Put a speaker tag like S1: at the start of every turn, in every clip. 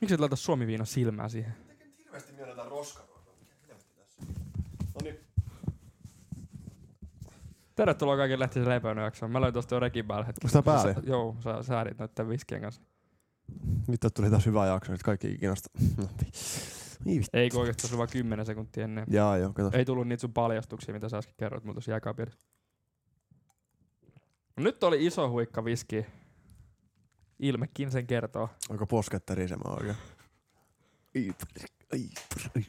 S1: Miksi et laita suomiviina silmää siihen?
S2: Miten hirveästi mielletään roskaruokaa? Mikä helvetti tässä? No niin,
S1: Tervetuloa kaikille lähtisen leipöön jaksoon. Mä löin tosta jo rekin päälle hetki.
S2: Onks tää päälle?
S1: Sä- Joo, sä säädit noitten viskien kanssa.
S2: nyt tästä tuli taas hyvä jakso, nyt kaikki kiinnostaa. No, vi- Niin vittu.
S1: Ei kun oikeesti se oli vaan 10 sekuntia ennen.
S2: Jaa joo, kato.
S1: Ei tullut niitä sun paljastuksia, mitä sä äsken kerroit mulla tuossa jääkaapirissa. No Nyt oli iso huikka viski. Ilmekin sen kertoo.
S2: Onko posket tärisemään oikein? Ei, pr- ei, pr- ei.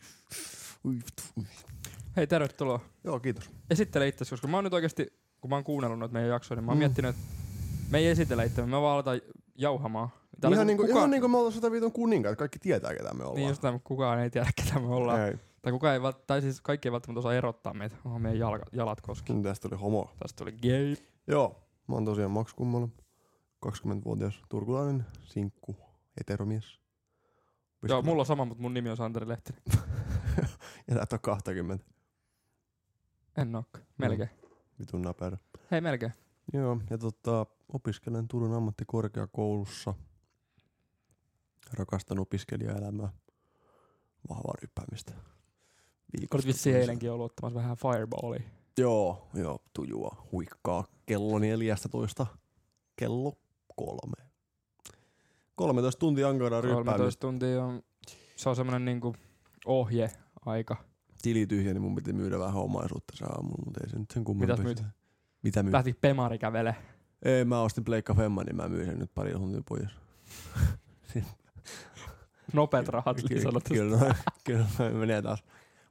S2: Ui, vittu.
S1: Hei, tervetuloa.
S2: Joo, kiitos.
S1: Esittele itsesi, koska mä oon nyt oikeesti, kun mä oon kuunnellut noita meidän jaksoja, niin mä oon mm.
S2: Mm.
S1: miettinyt, että me ei esitellä itseämme, me vaan aletaan jauhamaan. Täällä
S2: ihan,
S1: ku-
S2: niinku,
S1: kukaan,
S2: ihan niinku me ollaan sitä viitun kuninkaat, kaikki tietää ketä me ollaan.
S1: Niin just näin, kukaan ei tiedä, ketä me ollaan.
S2: Ei,
S1: Tai, kukaan ei, vält- tai siis kaikki ei välttämättä osaa erottaa meitä. Onhan meidän jalka, jalat koski.
S2: nyt tästä tuli homo.
S1: Tästä tuli gay.
S2: Joo, mä oon tosiaan Max Kummola, 20-vuotias turkulainen, sinkku, heteromies.
S1: Joo, mulla on sama, mutta mun nimi on Santeri Lehtinen.
S2: Ja näitä on 20,
S1: En nokka. Melkein.
S2: vitun näperä.
S1: Hei, melkein.
S2: Joo, ja tota, opiskelen Turun ammattikorkeakoulussa. Rakastan opiskelijaelämää. Vahvaa ryppäämistä.
S1: Olit
S2: Viikosta
S1: vissiin
S2: toiseen.
S1: eilenkin ollut ottamassa vähän fireballia.
S2: Joo, joo, tujua. Huikkaa kello 14 kello kolme. 13 tuntia ankaraa ryppäämistä.
S1: 13 tuntia on, se on semmonen niinku ohjeaika.
S2: Tili tyhjä, niin mun piti myydä vähän omaisuutta se aamu, mutta ei se nyt sen kummempi.
S1: Mitäs myit?
S2: sitä. Mitä myy?
S1: Lähti Pemari kävele.
S2: Ei, mä ostin Pleikka Femman, niin mä myin sen nyt pari tuntia pois.
S1: Nopeat rahat niin
S2: Ky-
S1: lisätty.
S2: Kyllä, noin- kyllä noin menee taas.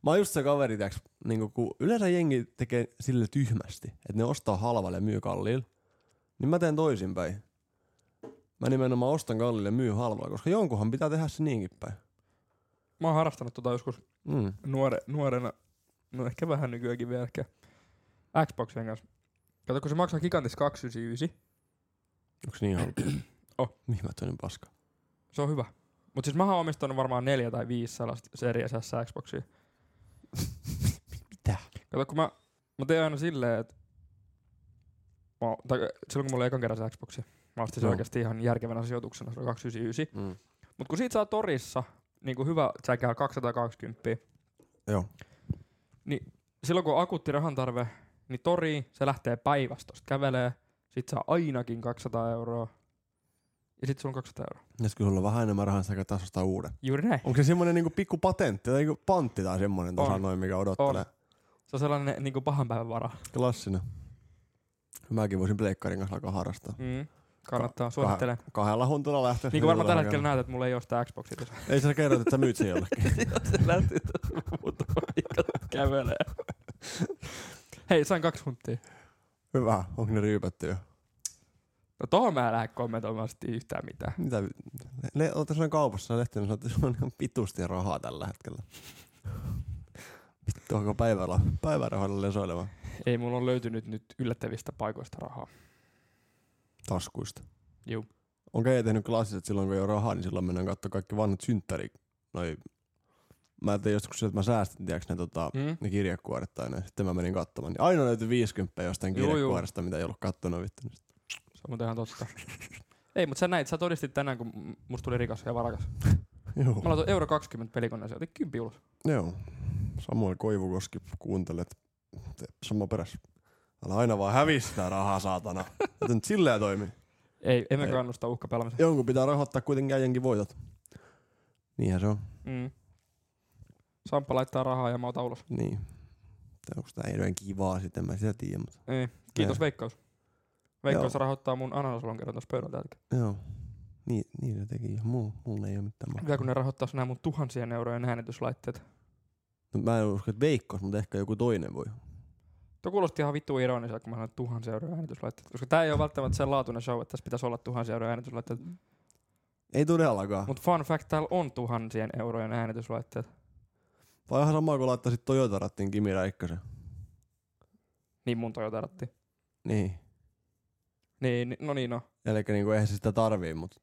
S2: Mä oon just se kaveri, tiiäks, niin kun yleensä jengi tekee sille tyhmästi, että ne ostaa halvalle ja myy kalliilla, niin mä teen toisinpäin. Mä nimenomaan ostan kalliille ja myy halvalla, koska jonkunhan pitää tehdä se niinkin päin.
S1: Mä oon harrastanut tota joskus
S2: Mm.
S1: nuore, nuorena, no ehkä vähän nykyäänkin vielä ehkä, Xboxien kanssa. Kato, kun se maksaa gigantis 299,
S2: Onks niin halpa?
S1: Oh.
S2: Mihin mä toinen paska?
S1: se on hyvä. Mut siis mä oon omistanut varmaan neljä tai viisi sellaista Series S Xboxia.
S2: Mitä?
S1: Kato, kun mä, mä teen aina silleen, että mä, oon- tai silloin kun mulla oli ekan kerran se Xboxi, mä ostin se
S2: Joo.
S1: oikeasti ihan järkevänä sijoituksena, se oli 299.
S2: Mm.
S1: Mut kun siitä saa torissa, niin kuin hyvä tsäkää 220,
S2: Joo.
S1: niin silloin kun on akuutti rahantarve, niin tori se lähtee päivästä, tosta kävelee, sit saa ainakin 200 euroa, ja sit sulla on 200 euroa.
S2: Ja sit kun sulla on vähän enemmän rahaa, sä taas ostaa uuden.
S1: Juuri näin.
S2: Onko se semmonen niinku pikku patentti tai niinku pantti tai semmonen tuossa
S1: On.
S2: noin, mikä odottelee?
S1: On. Se on sellainen niin kuin pahan päivän vara.
S2: Klassinen. Mäkin voisin pleikkarin kanssa alkaa harrastaa.
S1: Mm. Kannattaa, suosittelen.
S2: Kahdella huntilla lähtee.
S1: Niin kuin varmaan tällä hetkellä näet, että mulla ei ole sitä Xboxia tuossa.
S2: Ei sä kerrot, että sä myyt sen jollekin.
S1: se lähti tuossa muutama kävelee. Hei, sain kaksi hunttia.
S2: Hyvä, onko ne ryypätty jo?
S1: No tohon mä en lähde kommentoimaan sitten yhtään mitään.
S2: Mitä? vi- Le- Olette sellainen kaupassa, sä lehti, niin sanoit, että sulla on ihan pitusti rahaa tällä hetkellä. Vittu, onko päivällä, päivärahoilla lesoilemaan
S1: Ei mulla on löytynyt nyt yllättävistä paikoista rahaa.
S2: taskuista?
S1: Juu.
S2: Onko ei tehnyt klassiset silloin, kun ei ole rahaa, niin silloin mennään katsoa kaikki vanhat synttäri. Noi, mä tein joskus se, että mä säästin, tiedätkö ne, tota,
S1: Mm?
S2: ne kirjekuoret tai ne. Sitten mä menin katsomaan. Niin aina löytyi 50 jostain
S1: Juu, juu.
S2: kirjekuoresta, mitä ei ollut kattonut. Vittu.
S1: Se on muuten ihan totta. Ei, mutta sä näit, sä todistit tänään, kun m- musta tuli rikas ja varakas.
S2: Joo.
S1: Mä laitoin euro 20 pelikoneeseen, otin 10 ulos.
S2: Joo. Samuel Koivukoski, kuuntelet. Te- Sama peräs. Älä aina vaan hävistä rahaa, saatana. Että nyt silleen toimii.
S1: Ei, emme
S2: Ei.
S1: kannusta uhkapelaamiseen.
S2: Jonkun pitää rahoittaa kuitenkin äijänkin voitot. Niinhän se on.
S1: Mm. Samppa laittaa rahaa ja mä otan ulos.
S2: Niin. Tai onko tää hirveän kivaa sitten, mä en sitä tiedä. Mutta...
S1: Ei. Niin. Kiitos
S2: Ei.
S1: Veikkaus. Veikkaus rahoittaa mun ananaslonkeron tuossa pöydältä.
S2: Joo. Niin, niin se teki ihan muu. Mulla ei ole mitään mahdollisuutta.
S1: Hyvä, kun ne rahoittaa nämä mun tuhansien eurojen äänityslaitteet.
S2: No, mä en usko, että Veikkos, mutta ehkä joku toinen voi.
S1: Tuo kuulosti ihan vittu ironiselta, kun mä sanoin tuhansia euroja äänityslaitteet. Koska tää ei ole välttämättä sen laatuinen show, että tässä pitäisi olla tuhansia euroja äänityslaitteet.
S2: Ei todellakaan.
S1: Mutta fun fact, täällä on tuhansien eurojen äänityslaitteet.
S2: Vai ihan sama kuin laittaisit Toyota rattiin Kimi Räikkösen.
S1: Niin mun Toyota ratti.
S2: Niin.
S1: Niin, ni- no niin no.
S2: Eli niinku eihän se sitä tarvii, mutta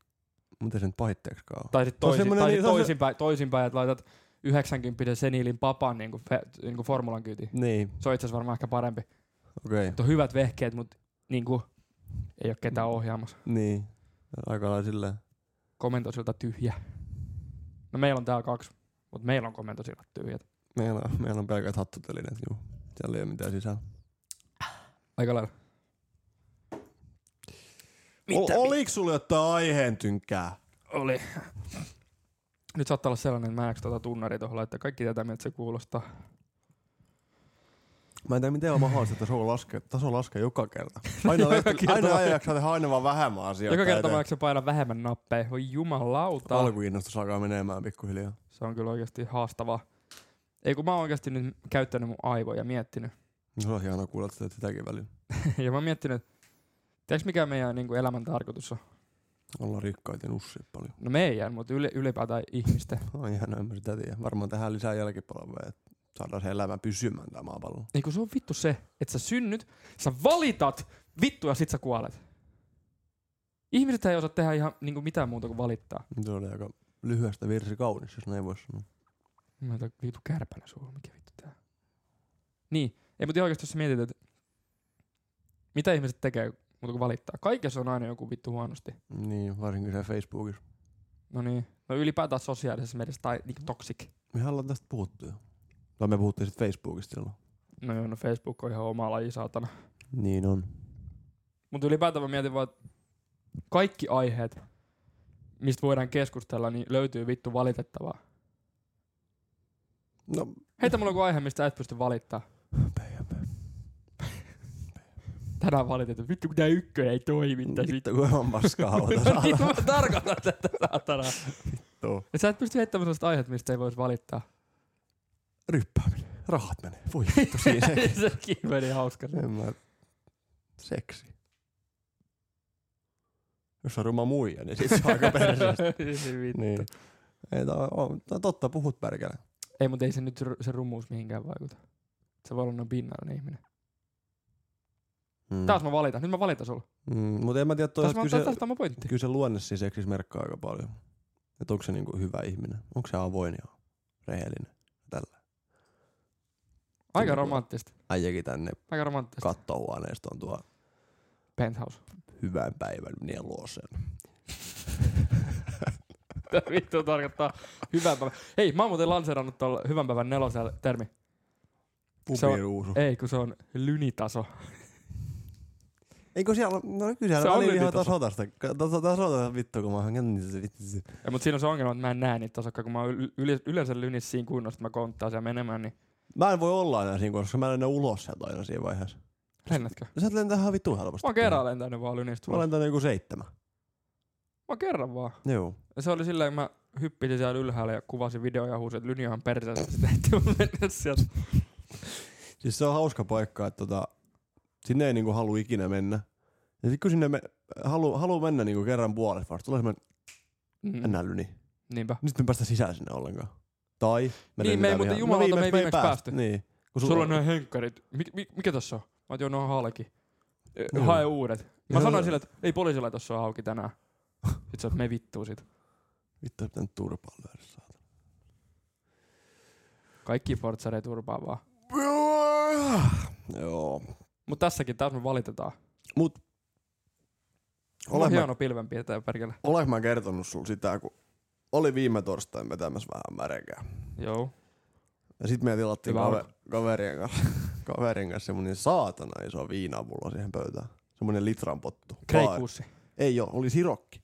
S2: mut ei se nyt pahitteeksikaan ole.
S1: Tai sitten
S2: Se on
S1: toisin,
S2: semmonen-
S1: tai
S2: niin,
S1: sit
S2: se on se-
S1: toisinpäin, toisinpäin, että laitat 90 seniilin papan niinku, fe, niinku formulan kyytiin.
S2: Niin,
S1: Se on itse asiassa varmaan ehkä parempi.
S2: okei.
S1: Mutta on hyvät vehkeet, mutta niinku,
S2: Mm.
S1: ei ole ketään ohjaamassa.
S2: Niin. Aika lailla silleen.
S1: Kommentoi siltä tyhjä. No meillä on täällä kaksi, mutta meillä on komentosirat tyhjät.
S2: Meillä on, meillä on pelkät hattutelineet, juu. Siellä ei ole mitään sisällä.
S1: Aika lailla.
S2: Mitä, oliko sulla jotain aiheen tynkää?
S1: Oli. Nyt saattaa olla sellainen, että mä en tota tunnari tuohon laittaa. Kaikki tietää, miltä se kuulostaa.
S2: Mä en tiedä, miten on mahdollista, että taso laskee, taso laskee joka kerta. Aina,
S1: Joka
S2: joka
S1: kerta.
S2: kerta. aina ajaksi tehdä aina vaan vähemmän asioita.
S1: Joka kerta
S2: eteen.
S1: mä jaksan painaa vähemmän nappeja. Voi jumalauta.
S2: Alkuinnostus alkaa menemään pikkuhiljaa.
S1: Se on kyllä oikeasti haastavaa. Ei kun mä oon oikeasti nyt käyttänyt mun aivoja ja miettinyt.
S2: No, Se on hienoa kuulla, että teet sitäkin välillä.
S1: ja mä oon miettinyt, että tiedätkö mikä meidän niin kuin elämän tarkoitus on?
S2: Ollaan rikkaita ja nussia paljon.
S1: No meidän, mutta yle, ylipäätään ihmisten.
S2: No ihan en mä sitä tiedä. Varmaan tähän lisää jälkipalveluja, että saadaan se elämä pysymään tämä maapallo.
S1: Ei kun Niinku se on vittu se, että sä synnyt, sä valitat vittu ja sit sä kuolet. Ihmiset ei osaa tehdä ihan niin kuin mitään muuta kuin valittaa.
S2: Se oli aika lyhyestä virsi kaunis, jos näin voisi sanoa.
S1: Mä otan vittu kärpänä suuhun, mikä vittu tää. Niin, ei mutta ihan oikeesti jos sä mietit, että mitä ihmiset tekee muuta kuin valittaa. Kaikessa on aina joku vittu huonosti.
S2: Niin, varsinkin se Facebookissa.
S1: No niin, no ylipäätään sosiaalisessa mielessä tai niin toksik.
S2: Me ollaan tästä puhuttu jo. Tai me puhuttiin sitten Facebookista silloin.
S1: No joo, no Facebook on ihan oma laji saatana.
S2: Niin on.
S1: Mutta ylipäätään mä mietin vaan, että kaikki aiheet, mistä voidaan keskustella, niin löytyy vittu valitettavaa.
S2: No,
S1: Heitä mulla on joku aihe, mistä et pysty valittaa.
S2: PMP.
S1: Tänään valitettu, vittu kun tää ykkönen ei toimi tässä vittu.
S2: Vittu, kun on paskaa haluta
S1: Niin
S2: saada.
S1: mä tarkoitan tätä saatanaa.
S2: Vittu.
S1: Et sä et pysty heittämään sellaista aihetta, mistä ei voisi valittaa.
S2: Ryppääminen. Rahat menee. Voi vittu siinä.
S1: Sekin meni hauska.
S2: en mä... Seksi. Jos on ruma muija, niin sit se on aika perseestä.
S1: Niin vittu.
S2: niin. Ei, tää on, tää on totta, puhut pärkälä.
S1: Ei, mutta ei se nyt se ru- se rumuus mihinkään vaikuta. Se voi olla noin pinnallinen ihminen.
S2: Mm.
S1: Taas mä valitan. Nyt mä valitan sulla.
S2: Mm, mutta en mä tiedä,
S1: Taas
S2: toisaalta
S1: mä,
S2: kyllä
S1: taas,
S2: se,
S1: taas, taas mä pointti.
S2: kyllä se luonne siinä seksissä merkkaa aika paljon. Että onko se niinku hyvä ihminen. Onko se avoin ja rehellinen.
S1: Aika
S2: Kyllä.
S1: romanttista.
S2: Äijäkin tänne
S1: Aika romanttista.
S2: kattohuoneesta on tuo
S1: Penthouse.
S2: hyvän päivän nieluosen.
S1: Mitä vittu tarkoittaa hyvän päivän? Hei, mä oon muuten lanseerannut tuolla hyvän päivän nelosella termi.
S2: Oh.
S1: Se on-
S2: Pupiruusu.
S1: Ei, kun se on lynitaso.
S2: Eikö siellä, no kyllä
S1: Se
S2: siellä
S1: on
S2: on ihan
S1: ylitaso.
S2: tasotasta, taso- tasotasta vittu, kun mä hankin niitä se vittu. se-
S1: Ja, mutta siinä on se ongelma, että mä en näe niitä tasokkaan, kun mä oon yl- yl- yleensä lynissä siinä kunnossa, että mä konttaan siellä menemään, niin
S2: Mä en voi olla enää siinä koska mä en enää ulos sieltä aina siinä vaiheessa.
S1: lennätkö?
S2: No Sä lentää ihan vittu helposti.
S1: Mä oon kerran lentänyt vaan lynistä.
S2: Mä
S1: ulos. Mä
S2: lentän joku seitsemän.
S1: oon kerran vaan.
S2: Joo.
S1: Ja se oli silleen, kun mä hyppisin siellä ylhäällä ja kuvasin video ja huusin, että lyni on ihan perseessä, että sitä ei tule mennä sieltä.
S2: Siis se on hauska paikka, että tota, sinne ei niinku halua ikinä mennä. Ja sit kun sinne me, halu, haluu mennä niinku kerran puolesta vasta, tulee semmonen
S1: Mm.
S2: nällyni.
S1: Niinpä.
S2: niin. Nyt me päästä sisään sinne ollenkaan. Tai
S1: Niin, me ei
S2: lentää
S1: muuten
S2: vihaan.
S1: jumalauta, me ei
S2: viimeksi
S1: viimeksi päästy.
S2: Niin. Kun
S1: Sulla, on noin henkkarit. Mik, mik, mikä tässä on? Mä oon joo, ne on halki. Ö,
S2: Joo.
S1: Hae uudet. Mä
S2: Joo.
S1: sanoin sille, että ei poliisilla tossa on auki tänään. Sit sä oot, me vittuu sit.
S2: Vittu, pitää nyt turpaa löydä. saatana.
S1: Kaikki portsarei turpaa vaan.
S2: Joo.
S1: Mut tässäkin taas me valitetaan.
S2: Mut
S1: Ole
S2: olen mä,
S1: No, hieno pilvenpiirtäjä perkele.
S2: olen mä kertonut sulle sitä, kun oli viime torstain vetämässä vähän märkää.
S1: Joo.
S2: Ja sit me tilattiin
S1: Hyvä
S2: kaver, kaverien kanssa, kaverin kanssa semmonen saatana iso viinapullo siihen pöytään. Semmonen litran pottu. Vaan-
S1: Kreikuussi.
S2: Ei oo, oli sirokki.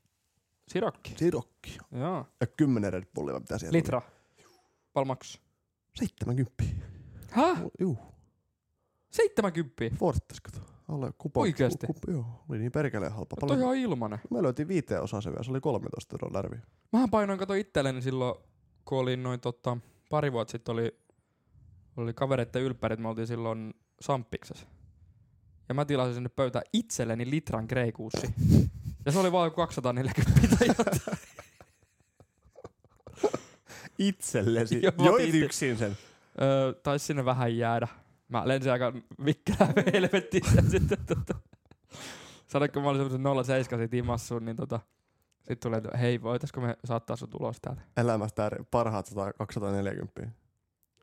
S1: Sirokki.
S2: Sirokki.
S1: Joo.
S2: Ja kymmenen Red Bullia pitää siellä.
S1: Litra. Palmaks.
S2: 70.
S1: Häh?
S2: Juu,
S1: 70? No
S2: Fortis kato. Alle kupa.
S1: Oikeesti? No
S2: Kupa, joo, oli niin perkeleen halpa.
S1: Toi
S2: Paljon.
S1: ihan ilmanen.
S2: Me löytiin viiteen osaan se vielä, se oli 13 euroa lärvi.
S1: Mähän painoin kato itselleni silloin, kun olin noin tota, pari vuotta sitten oli, oli kavereiden ylppärit, me oltiin silloin Samppiksessa. Ja mä tilasin sinne pöytään itselleni litran kreikuussi. Ja se oli vaan joku 240 tai jotain.
S2: Itsellesi.
S1: Joo, mä
S2: Joit
S1: itse-
S2: yksin sen.
S1: öö, taisi sinne vähän jäädä. Mä lensin aika vikkelään helvettiin ja sitten tota, sanoin, kun mä olin semmoisen 07 siitä imassuun, niin tota, sit tulee, että hei, voitaisko me saattaa sun tulos täältä?
S2: Elämästä parhaat 100, 240.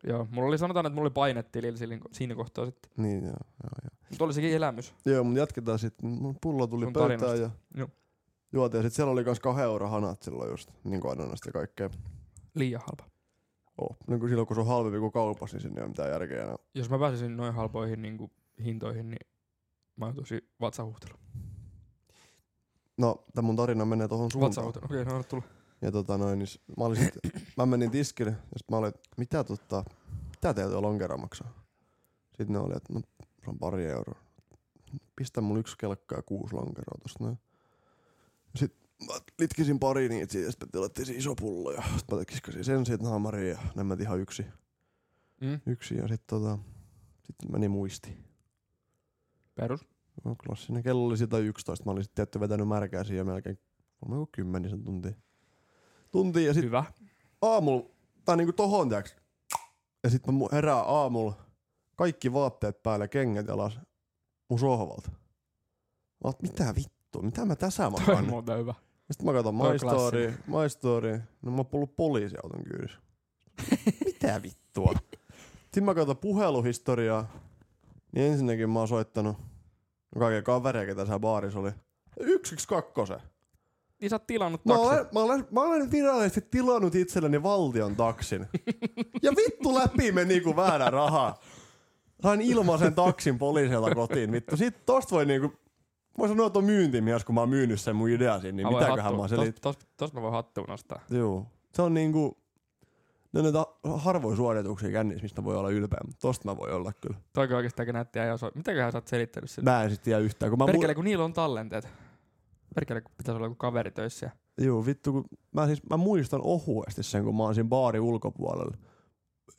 S1: Joo, mulla oli sanotaan, että mulla oli painettilillä silloin- siinä kohtaa sitten.
S2: Niin joo, joo, joo.
S1: Mutta oli sekin elämys.
S2: Joo, mun jatketaan sitten. Mun pullo tuli
S1: Sun
S2: pöytään ja
S1: tarinasta. Joo.
S2: juotiin. Ja sit siellä oli kans kahden euro hanat silloin just, niin kuin ananasta ja kaikkea.
S1: liian halpa.
S2: Oh. No kun silloin kun se on halvempi kuin kaupassa, niin sinne ei ole mitään järkeä enää.
S1: Jos mä pääsisin noin halpoihin niin kuin hintoihin, niin mä joutuisin vatsahuhteluun.
S2: No, tämä mun tarina menee tuohon suuntaan.
S1: Vatsahuhteluun, okei, okay, no anna tulla.
S2: Ja tota noin, niin s- mä, olin sit, mä menin tiskille ja sit mä olin, että mitä tota, mitä teillä tuo lonkero maksaa? Sitten ne oli, että no se on pari euroa. Pistä mulle yksi kelkka ja kuusi lonkeroa tosta näin. Sitten mä litkisin pari niitä siitä, sitten me tilattiin se iso pullo ja sit mä kiskasin sen siitä naamariin ja ne meni ihan yksi,
S1: Mm,
S2: yksi ja sitten tota, sit meni muisti.
S1: perus.
S2: No klassinen. Kello oli sitä 11. Mä olin sitten tietty vetänyt märkää siihen melkein kolme kuin kymmenisen tuntia. Tunti ja sit
S1: Hyvä.
S2: aamulla, tai niinku tohon tiiäks. Ja sit mä mu- herään aamulla, kaikki vaatteet päällä, kengät jalas, mun sohvalta. Mä oot, mitä vittu, mitä mä tässä
S1: Toi on
S2: makaan?
S1: muuten hyvä.
S2: Sitten mä katson
S1: toi on
S2: My Story, My Story. No mä oon ollut poliisiauton kyydissä. mitä vittua? Sitten mä katson puheluhistoriaa. Niin ensinnäkin mä oon soittanut no kaiken kavereja, ketä siellä baarissa oli. Yksiks kakkosen.
S1: Niin sä oot tilannut
S2: Mä
S1: taksi.
S2: olen, mä, olen, mä olen virallisesti tilannut itselleni valtion taksin. Ja vittu läpi meni niinku väärä raha. Sain ilmaisen taksin poliisilta kotiin. Vittu, sit tosta voi niinku... Mä sanoa, että on myyntimies, kun mä oon myynyt sen mun ideasin, niin
S1: voin
S2: mitäköhän
S1: hattuun-
S2: mä selin.
S1: Tos, tos, tos mä voin hattuun nostaa.
S2: Joo. Se on niinku... Ne on näitä harvoin suorituksia kännissä, mistä voi olla ylpeä, mutta tosta mä voi olla kyllä.
S1: Toi oikeastaan näytti ja osaa. Mitäköhän sä oot selittänyt sille?
S2: Mä en sit tiedä yhtään, kun mä...
S1: Perkele, kun niillä on tallenteet. Perkele, kun pitäisi olla joku kaveri töissä.
S2: Joo, vittu, kun mä, siis, mä muistan ohuesti sen, kun mä oon siinä baarin ulkopuolella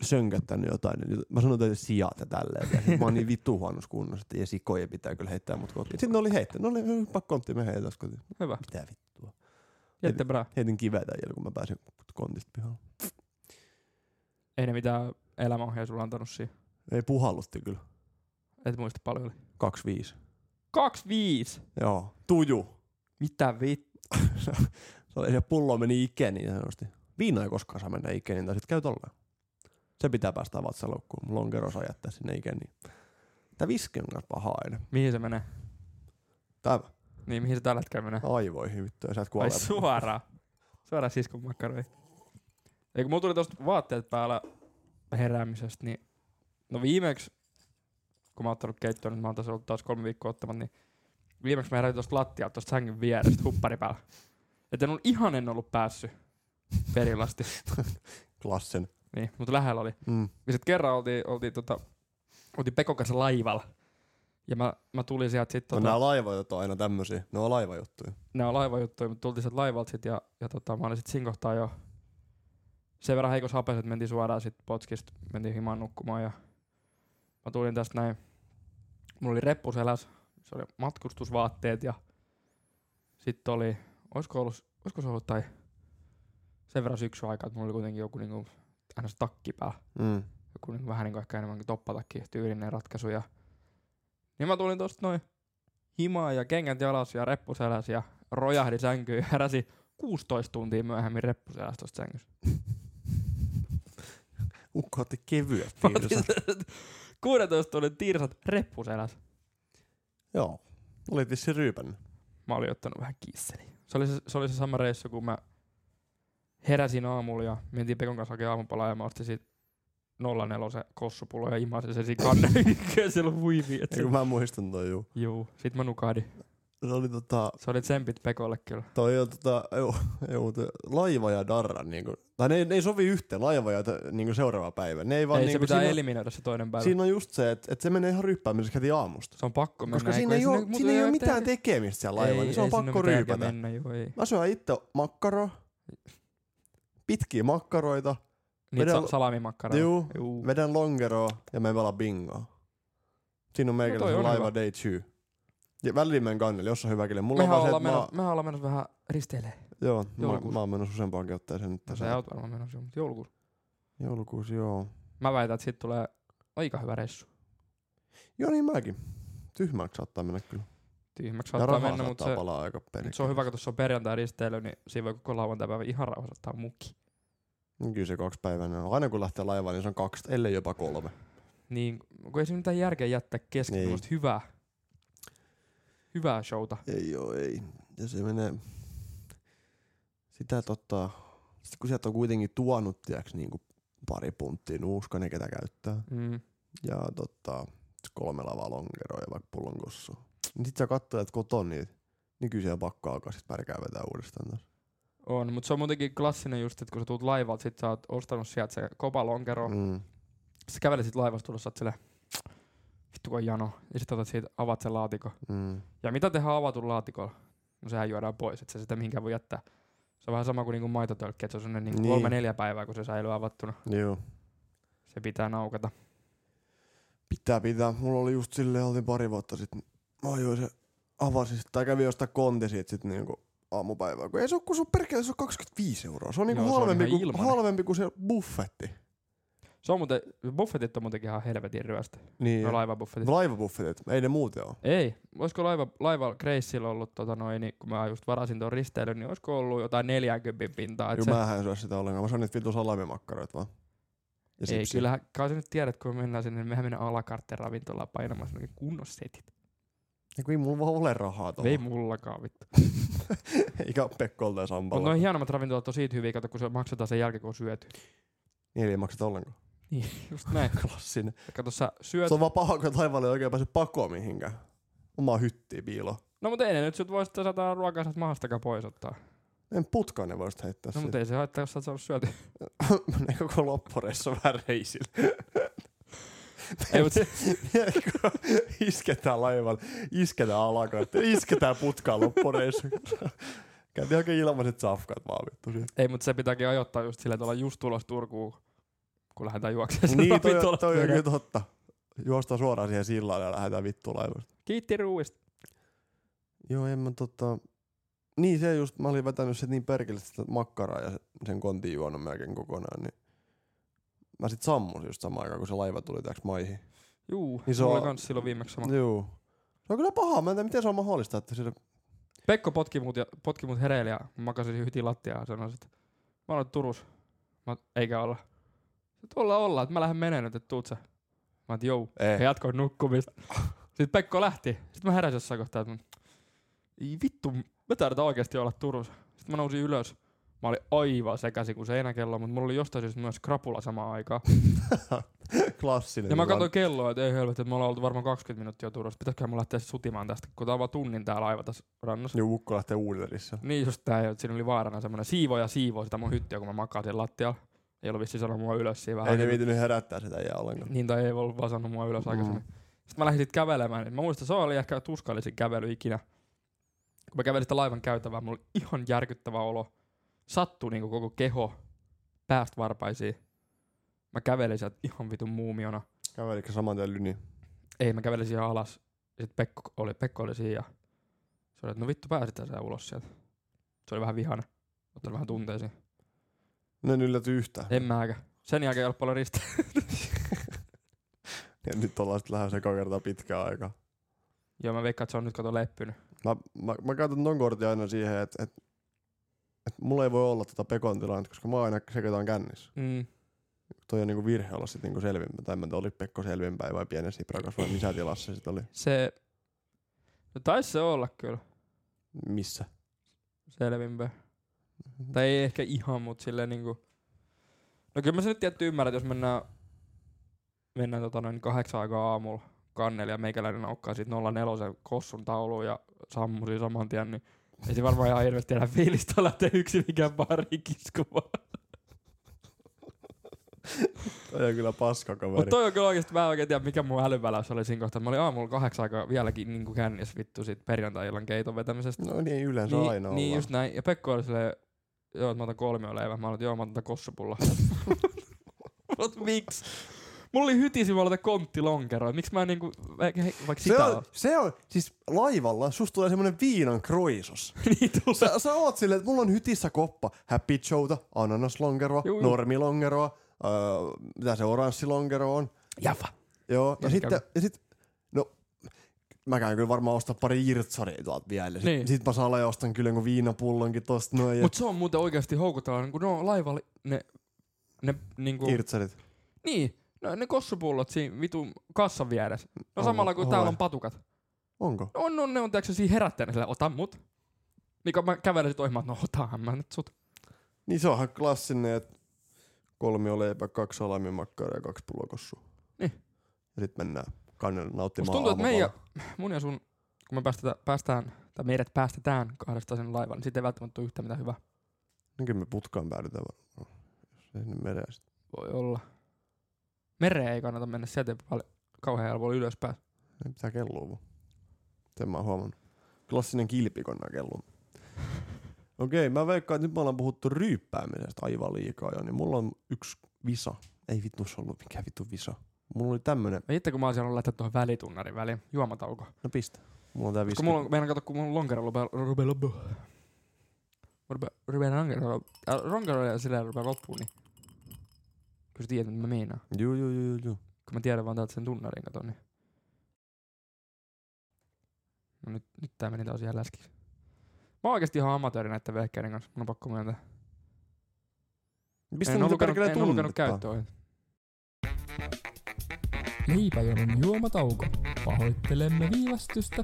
S2: sönkättänyt jotain. niin Mä sanoin teille sijata tälleen. Ja sit mä oon niin vittu huonossa kunnossa, että ei sikoja pitää kyllä heittää mut kotiin. Sitten ne oli heittänyt. Ne oli hyppää kontti, me heitän tässä kotiin.
S1: Hyvä.
S2: Mitä vittua.
S1: Jätte bra.
S2: Heitin kiveä tällä, kun mä pääsin kontista pihalle.
S1: Ei ne mitään elämäohjaa sulla antanut siihen.
S2: Ei puhallutti kyllä.
S1: Et muista paljon oli.
S2: 2-5.
S1: 25!
S2: Joo. Tuju.
S1: Mitä vittu?
S2: Se oli se pullo meni ikeniin sanosti. Viina ei koskaan saa mennä ikeniin, tai sit käy tolleen. Se pitää päästä vatsaloukkuun. Lonkero saa jättää sinne ikeniin. Tää viski on kans paha aina.
S1: Mihin se menee?
S2: Tämä
S1: Niin, mihin se tällä hetkellä menee?
S2: aivoihin vittu ja sä et kuole.
S1: Ai suoraan. Suoraan siskon makkaroi. Ei kun mulla tuli tosta vaatteet päällä heräämisestä, niin no viimeksi, kun mä oon ottanut keittoon, niin mä oon tässä ollut taas kolme viikkoa ottamat, niin viimeksi mä heräsin tosta lattialta tosta sängyn vierestä huppari päällä. Et en ollut ihan en ollut päässyt perilasti.
S2: Klassen.
S1: niin, mutta lähellä oli.
S2: Mm.
S1: Ja sit kerran oltiin, oltiin, tota, oltiin Pekon kanssa laivalla. Ja mä, mä tulin sieltä sit,
S2: Tota...
S1: tota,
S2: No, nää laivajutut on aina tämmösiä. Ne on laivajuttuja.
S1: nämä on laivajuttuja, mutta tultiin sieltä laivalta sit ja, ja tota, mä olin sit siinä kohtaa jo sen verran heikossa hapessa, että mentiin suoraan sit potskista, mentiin himaan nukkumaan ja mä tulin tästä näin. Mulla oli reppu selässä, se oli matkustusvaatteet ja sitten oli, olisiko, ollut, olisiko se ollut tai sen verran syksy aikaa, että mulla oli kuitenkin joku niinku, aina se takki päällä
S2: Mm.
S1: joku niin vähän niin kuin ehkä enemmän kuin toppatakki tyylinen ratkaisu. Ja... Niin mä tulin tosta noin himaa ja kengät jalas ja reppu selässä ja rojahdin sänkyyn ja heräsi 16 tuntia myöhemmin reppu selässä tosta sängyssä.
S2: Ukko otti kevyet
S1: Mä siis- otin
S2: piirsat.
S1: 16 tunnin tiirsat reppu selässä.
S2: Joo. Olit vissi ryypännyt.
S1: Mä olin ottanut vähän kisseli. Se oli se, se, oli se sama reissu, kun mä heräsin aamulla ja mentiin Pekon kanssa hakemaan aamupalaa ja mä ostin siitä 04 se kossupullo ja imasin sen siinä kannen siellä huiviin. et se-
S2: Eikö mä muistan toi juu.
S1: Juu, sit mä nukahdin.
S2: Se oli tota,
S1: Se oli tsempit Pekolle kyllä.
S2: Toi on tota, joo, joo, toi laiva ja darra, niinku, tai ne, ei- ne ei sovi yhteen, laiva ja t- niinku seuraava päivä. Ne ei vaan,
S1: Ei, se
S2: niinku,
S1: pitää
S2: siinä,
S1: eliminoida se toinen päivä.
S2: siinä on just se, että et se menee ihan ryppäämiseksi heti aamusta.
S1: se on pakko mennä.
S2: Koska
S1: kun
S2: siinä ei, oo,
S1: muuta
S2: siinä ei
S1: mitään
S2: ole mitään
S1: tekemistä.
S2: tekemistä siellä laivalla, niin se on
S1: siinä
S2: pakko
S1: oo mitään
S2: ryypätä.
S1: eikä Mennä, joo, ei.
S2: Mä syön itse makkaro, pitkiä makkaroita,
S1: Niitä
S2: Vedän-
S1: sa- salamimakkaroita.
S2: juu,
S1: Juu.
S2: vedän lonkeroa ja me pelaa bingoa. Siinä on meikällä
S1: toi
S2: no
S1: on
S2: laiva
S1: hyvä.
S2: day two. Ja välillä menen kannelle, jos on hyvä kille. Mulla on
S1: Mehän
S2: vaan se,
S1: ollaan,
S2: että mä,
S1: menossa, mehän ollaan menossa vähän risteilee.
S2: joo, mä,
S1: joulukuussa.
S2: mä oon menossa useampaankin otteeseen nyt
S1: Sä
S2: tässä.
S1: oot varmaan menossa, mutta joulukuussa.
S2: Joulukuusi, joo.
S1: Mä väitän, että siitä tulee aika hyvä reissu.
S2: Joo niin mäkin. Tyhmäksi saattaa mennä kyllä.
S1: Tyhmäksi
S2: ja
S1: saattaa
S2: rahaa
S1: mennä,
S2: saattaa
S1: mutta se,
S2: palaa aika
S1: mut
S2: perkele.
S1: se on hyvä, kun tuossa on perjantai risteily, niin siinä voi koko lauantai päivä ihan rauhassa ottaa muki.
S2: Niin Kyllä se kaksi päivää on. Aina kun lähtee laivaan, niin se on kaksi, ellei jopa kolme.
S1: Niin, kun ei siinä mitään järkeä jättää kesken
S2: Niin.
S1: niin. hyvää, hyvää showta.
S2: Ei joo, ei. Ja se menee... Sitä totta... Sitten kun sieltä on kuitenkin tuonut, tiedäks, niin kuin pari punttia nuuska, ne ketä käyttää.
S1: Mm.
S2: Ja tota, kolme lavaa lonkeroa ja vaikka pullon kossu. Niin sit sä katsoo, että koton niitä, niin kyllä siellä pakko alkaa sit pärkää vetää uudestaan taas.
S1: On, mutta se on muutenkin klassinen just, että kun sä tulet laivalta, sit sä oot ostanut sieltä se kopalonkero. Mm.
S2: Mm.
S1: Sä kävelet sit laivasta tulossa, sä oot vittu kun on jano. Ja sit otat siitä, avaat sen laatikon.
S2: Mm.
S1: Ja mitä tehdään avatun laatikolla? No sehän juodaan pois, että se sitä mihinkään voi jättää. Se on vähän sama kuin niinku maitotölkki, että se on sellainen niinku
S2: Niin.
S1: kolme neljä päivää, kun se säilyy avattuna.
S2: Joo.
S1: Se pitää naukata.
S2: Pitää pitää. Mulla oli just silleen, oltiin pari vuotta sitten. Mä ajoin se avasin, sit- tai kävin jostain kontesi, että sitten niinku aamupäivää. Kun ei se ole, kun se on perkele, se on 25 euroa. Se on niinku
S1: Joo,
S2: Joo,
S1: se on
S2: halvempi,
S1: ihan
S2: kuin,
S1: ilmanen.
S2: halvempi kuin se buffetti.
S1: Se on muuten, buffetit on muutenkin ihan helvetin ryöstä.
S2: Niin.
S1: No laivabuffetit.
S2: Laivabuffetit, ei ne muuten ole.
S1: Ei. Olisiko laiva, laiva Graceilla ollut, tota noin, niin kun mä just varasin tuon risteilyn, niin olisiko ollut jotain 40 pintaa? Et
S2: Joo,
S1: se,
S2: mä en syö sitä ollenkaan. Mä sanon niitä vitu salamimakkaroita vaan. Ja
S1: ei,
S2: sipsiä.
S1: kyllähän, kai sä nyt tiedät, kun me mennään sinne, niin mehän mennään alakartten ravintolaan painamassa ne kunnon setit.
S2: Ja kun Niinku ei mulla vaan ole rahaa tuolla.
S1: Ei mullakaan vittu.
S2: Eikä ole Pekkolta ja Sampalla.
S1: Mutta noin hienommat ravintolat on siitä hyviä, kato, kun se maksetaan sen jälkeen, kun on syöty.
S2: Niin ei makseta ollenkaan.
S1: Just näin.
S2: Klassinen.
S1: Kato, sä syöt.
S2: Se on vaan paha, kun taivaalle ei oikein pääse pakoon mihinkään. Omaa hyttiä piiloon.
S1: No mutta ei ne nyt sut voi sitä sataa ruokaa sieltä mahastakaan pois ottaa.
S2: En putkaan ne voisit heittää
S1: No mutta ei se haittaa, jos sä oot saanut syötyä.
S2: ne koko loppureissu vähän reisillä.
S1: Ei, mut-
S2: isketään laivalle, isketään alakoitteen, isketään putkaan loppureissu. Käytiin oikein ilmaiset safkat vaan vittu siihen.
S1: Ei, mutta se pitääkin ajoittaa just silleen, että ollaan just tulos Turkuun, kun lähdetään juoksemaan. sieltä
S2: Niin, toi, on-
S1: ravintolasta
S2: toi on
S1: takaisin.
S2: kyllä totta. Juostaan suoraan siihen sillaan ja lähdetään vittu laivasta.
S1: Kiitti ruuista.
S2: Joo, en mä tota... Niin se just, mä olin vetänyt sen niin perkele sitä makkaraa ja se- sen kontin juonut melkein kokonaan, niin mä sit sammun just samaan aikaan, kun se laiva tuli täks maihin.
S1: Juu,
S2: Niin
S1: niin
S2: se
S1: se mulla
S2: on-
S1: kans silloin viimeksi sama.
S2: Joo. Se on kyllä paha, mä en tiedä miten se on mahdollista, että siellä
S1: Pekko potki mut, ja, potki mut hereille ja mä makasin hytin lattiaa ja sanoin, että mä olen Turus. Mä, oon, eikä olla. Se, Tuolla ollaan, että mä lähden meneen nyt, että tuut sä. Mä oon, jou.
S2: Ei.
S1: Ja jatkoin nukkumista. Sitten Pekko lähti. Sitten mä heräsin jossain kohtaa, että mä- ei vittu, me tarvitaan oikeasti olla Turussa. Sitten mä nousin ylös. Mä olin aivan sekaisin kuin seinäkello, mutta mulla oli jostain syystä myös krapula samaan aikaan.
S2: Klassinen.
S1: Ja mä
S2: tilanne.
S1: katsoin kelloa, että ei helvetti, että me ollaan oltu varmaan 20 minuuttia Turussa. Pitäisiköhän mun lähteä sutimaan tästä, kun tää on vaan tunnin tää laiva tässä rannassa.
S2: Joo, ukko lähtee uudelleen
S1: Niin just tää, että siinä oli vaarana semmonen siivoja siivoo sitä mun hyttiä, kun mä makaan siellä lattialla. Ei ollut vissiin sanonut mua ylös siinä vähän.
S2: Ei ne
S1: aikaisemmin.
S2: viitinyt herättää sitä jää ollenkaan.
S1: Niin tai ei ollut vaan sanonut mua ylös
S2: Mm.
S1: aikaisemmin. Sitten mä lähdin sit kävelemään. niin Mä muistan, se oli ehkä tuskallisin kävely ikinä. Kun mä kävelin sitä laivan käytävää, mulla oli ihan järkyttävä olo. Sattui niinku koko keho päästä varpaisiin. Mä kävelin sieltä ihan vitun muumiona.
S2: Kävelikö saman tien lyni?
S1: Ei, mä kävelin siihen alas. Sitten Pekko oli, Pekko oli siinä ja se oli, että no vittu pääsit sä ulos sieltä. Se oli vähän vihana. Ottanut vähän tunteisiin.
S2: Ne en ylläty yhtään.
S1: En mä aika. Sen jälkeen ei ollut paljon ristiä.
S2: Ja nyt ollaan sitten lähes eka kertaa pitkään aikaa.
S1: Joo, mä veikkaan, että se on nyt kato leppynyt.
S2: Mä, mä, mä käytän ton kortin aina siihen, että et, et mulla ei voi olla tota pekon tilannetta, koska mä oon aina se, ketä on kännissä.
S1: Mm.
S2: Toi on niinku virhe olla sit niinku selvimpä. Tai mä en tiedä, oli Pekko selvinpäin vai pienen siprakas vai missä tilassa se sit oli.
S1: Se... No taisi se olla kyllä
S2: Missä?
S1: selvimpää. Tai ei ehkä ihan, mutta silleen niinku... No kyllä mä sen nyt tietty ymmärrän, että jos mennään, mennään tota noin kahdeksan aikaa aamulla kannelle ja meikäläinen aukkaa siitä 04 kossun tauluun ja sammusi saman tien, niin ei se varmaan ihan hirveästi enää fiilistä lähteä yksin mikään baariin kiskumaan.
S2: Toi on kyllä paska
S1: Mutta
S2: kaveri.
S1: toi on kyllä oikeesti, mä en oikein tiedä mikä mun älyväläys oli siinä kohtaa. Mä olin aamulla kahdeksan aikaa vieläkin niinku kännissä vittu siitä perjantai-illan keiton vetämisestä.
S2: No niin, yleensä
S1: niin,
S2: aina
S1: niin
S2: ollaan.
S1: just näin. Ja Pekko oli silleen, joo, että mä otan kolme leivää. Mä olin, joo, mä otan tän kossupulla. Mut miksi? Mulla oli hytisi, mä aloitan konttilonkeroa. Miksi mä en niinku, vaikka, vaikka
S2: Se
S1: sitä
S2: on, se on, siis laivalla susta tulee semmonen viinan kroisos.
S1: niin tulee.
S2: Sä, sä oot silleen, että mulla on hytissä koppa Happy Joe'ta, ananaslonkeroa,
S1: Juu, juu.
S2: normilonkeroa, öö, mitä se oranssilongero on.
S1: Jaffa.
S2: Joo, ja
S1: Niin,
S2: sitten, ja sit, no, mä käyn kyllä varmaan ostaa pari irtsaria tuolta vielä. Sitten
S1: Niin.
S2: sit mä saan ja ostan kyllä jonkun viinapullonkin tosta noin.
S1: Mut se on muuten oikeasti houkutellaan, kun ne on laivalla ne, ne niinku...
S2: ja irtsarit.
S1: niin, no, ne kossupullot siinä vitun kassan vieressä. No
S2: On-
S1: samalla kun
S2: on
S1: täällä
S2: vai?
S1: on patukat.
S2: Onko?
S1: on, no, ne on tiiäksä siinä herättäjänä sillä, ota mut. Niin kun mä kävelin sit ohi, mä oon, no otahan mä nyt sut.
S3: Niin se onhan klassinen, että kolmi on leipä, kaksi salamimakkaria ja kaksi pullokossu.
S1: Niin.
S3: Ja sit mennään kannen
S1: Musta
S3: nauttimaan
S1: tuntuu, että meidän,
S3: aamupalaa.
S1: mun ja sun, kun me päästetään, päästään, tai meidät päästetään kahdesta sen laivan, niin siitä ei välttämättä ole yhtään mitään hyvää.
S3: Niin kyllä me putkaan päädytään varmaan. Ei sinne mereen sit.
S1: Voi olla. Mereen ei kannata mennä, sieltä ei paljon kauhean helpolla ylöspäin.
S3: Ei pitää kellua vaan. Sen mä oon huomannut. Klassinen kilpikonna kellu. Okei, mä veikkaan, että nyt me ollaan puhuttu ryyppäämisestä aivan liikaa jo, niin mulla on yksi visa. Ei vittu se ollut mikään vittu visa. Mulla oli tämmönen,
S1: Ja itse kun mä olisin halunnut laittaa tuohon välitunnarin väliin, juomatauko.
S3: no pistä. Mulla on tää viski.
S1: Koska mulla on, meidän kato, kun mulla on lonkero rupeaa rupea loppuun. Rupea, rupea lonkero, äh, lonkero ja silleen rupea loppuun, niin kun sä tiedät, mitä mä meinaan.
S3: Juu, juu, juu, juu, juu.
S1: Kun mä tiedän vaan täältä sen tunnarin, kato, niin. No nyt, nyt tää meni taas ihan läskiksi. Mä oon oikeesti ihan amatööri näiden vehkeiden kanssa, mun on pakko myöntää.
S3: Pistä
S1: en oo
S3: niitä
S1: lukenut,
S3: perkeleen
S1: en oo lukenut
S3: tunnittaa.
S1: käyttöohjeita.
S4: Leipäjonon juomatauko. Pahoittelemme viivästystä.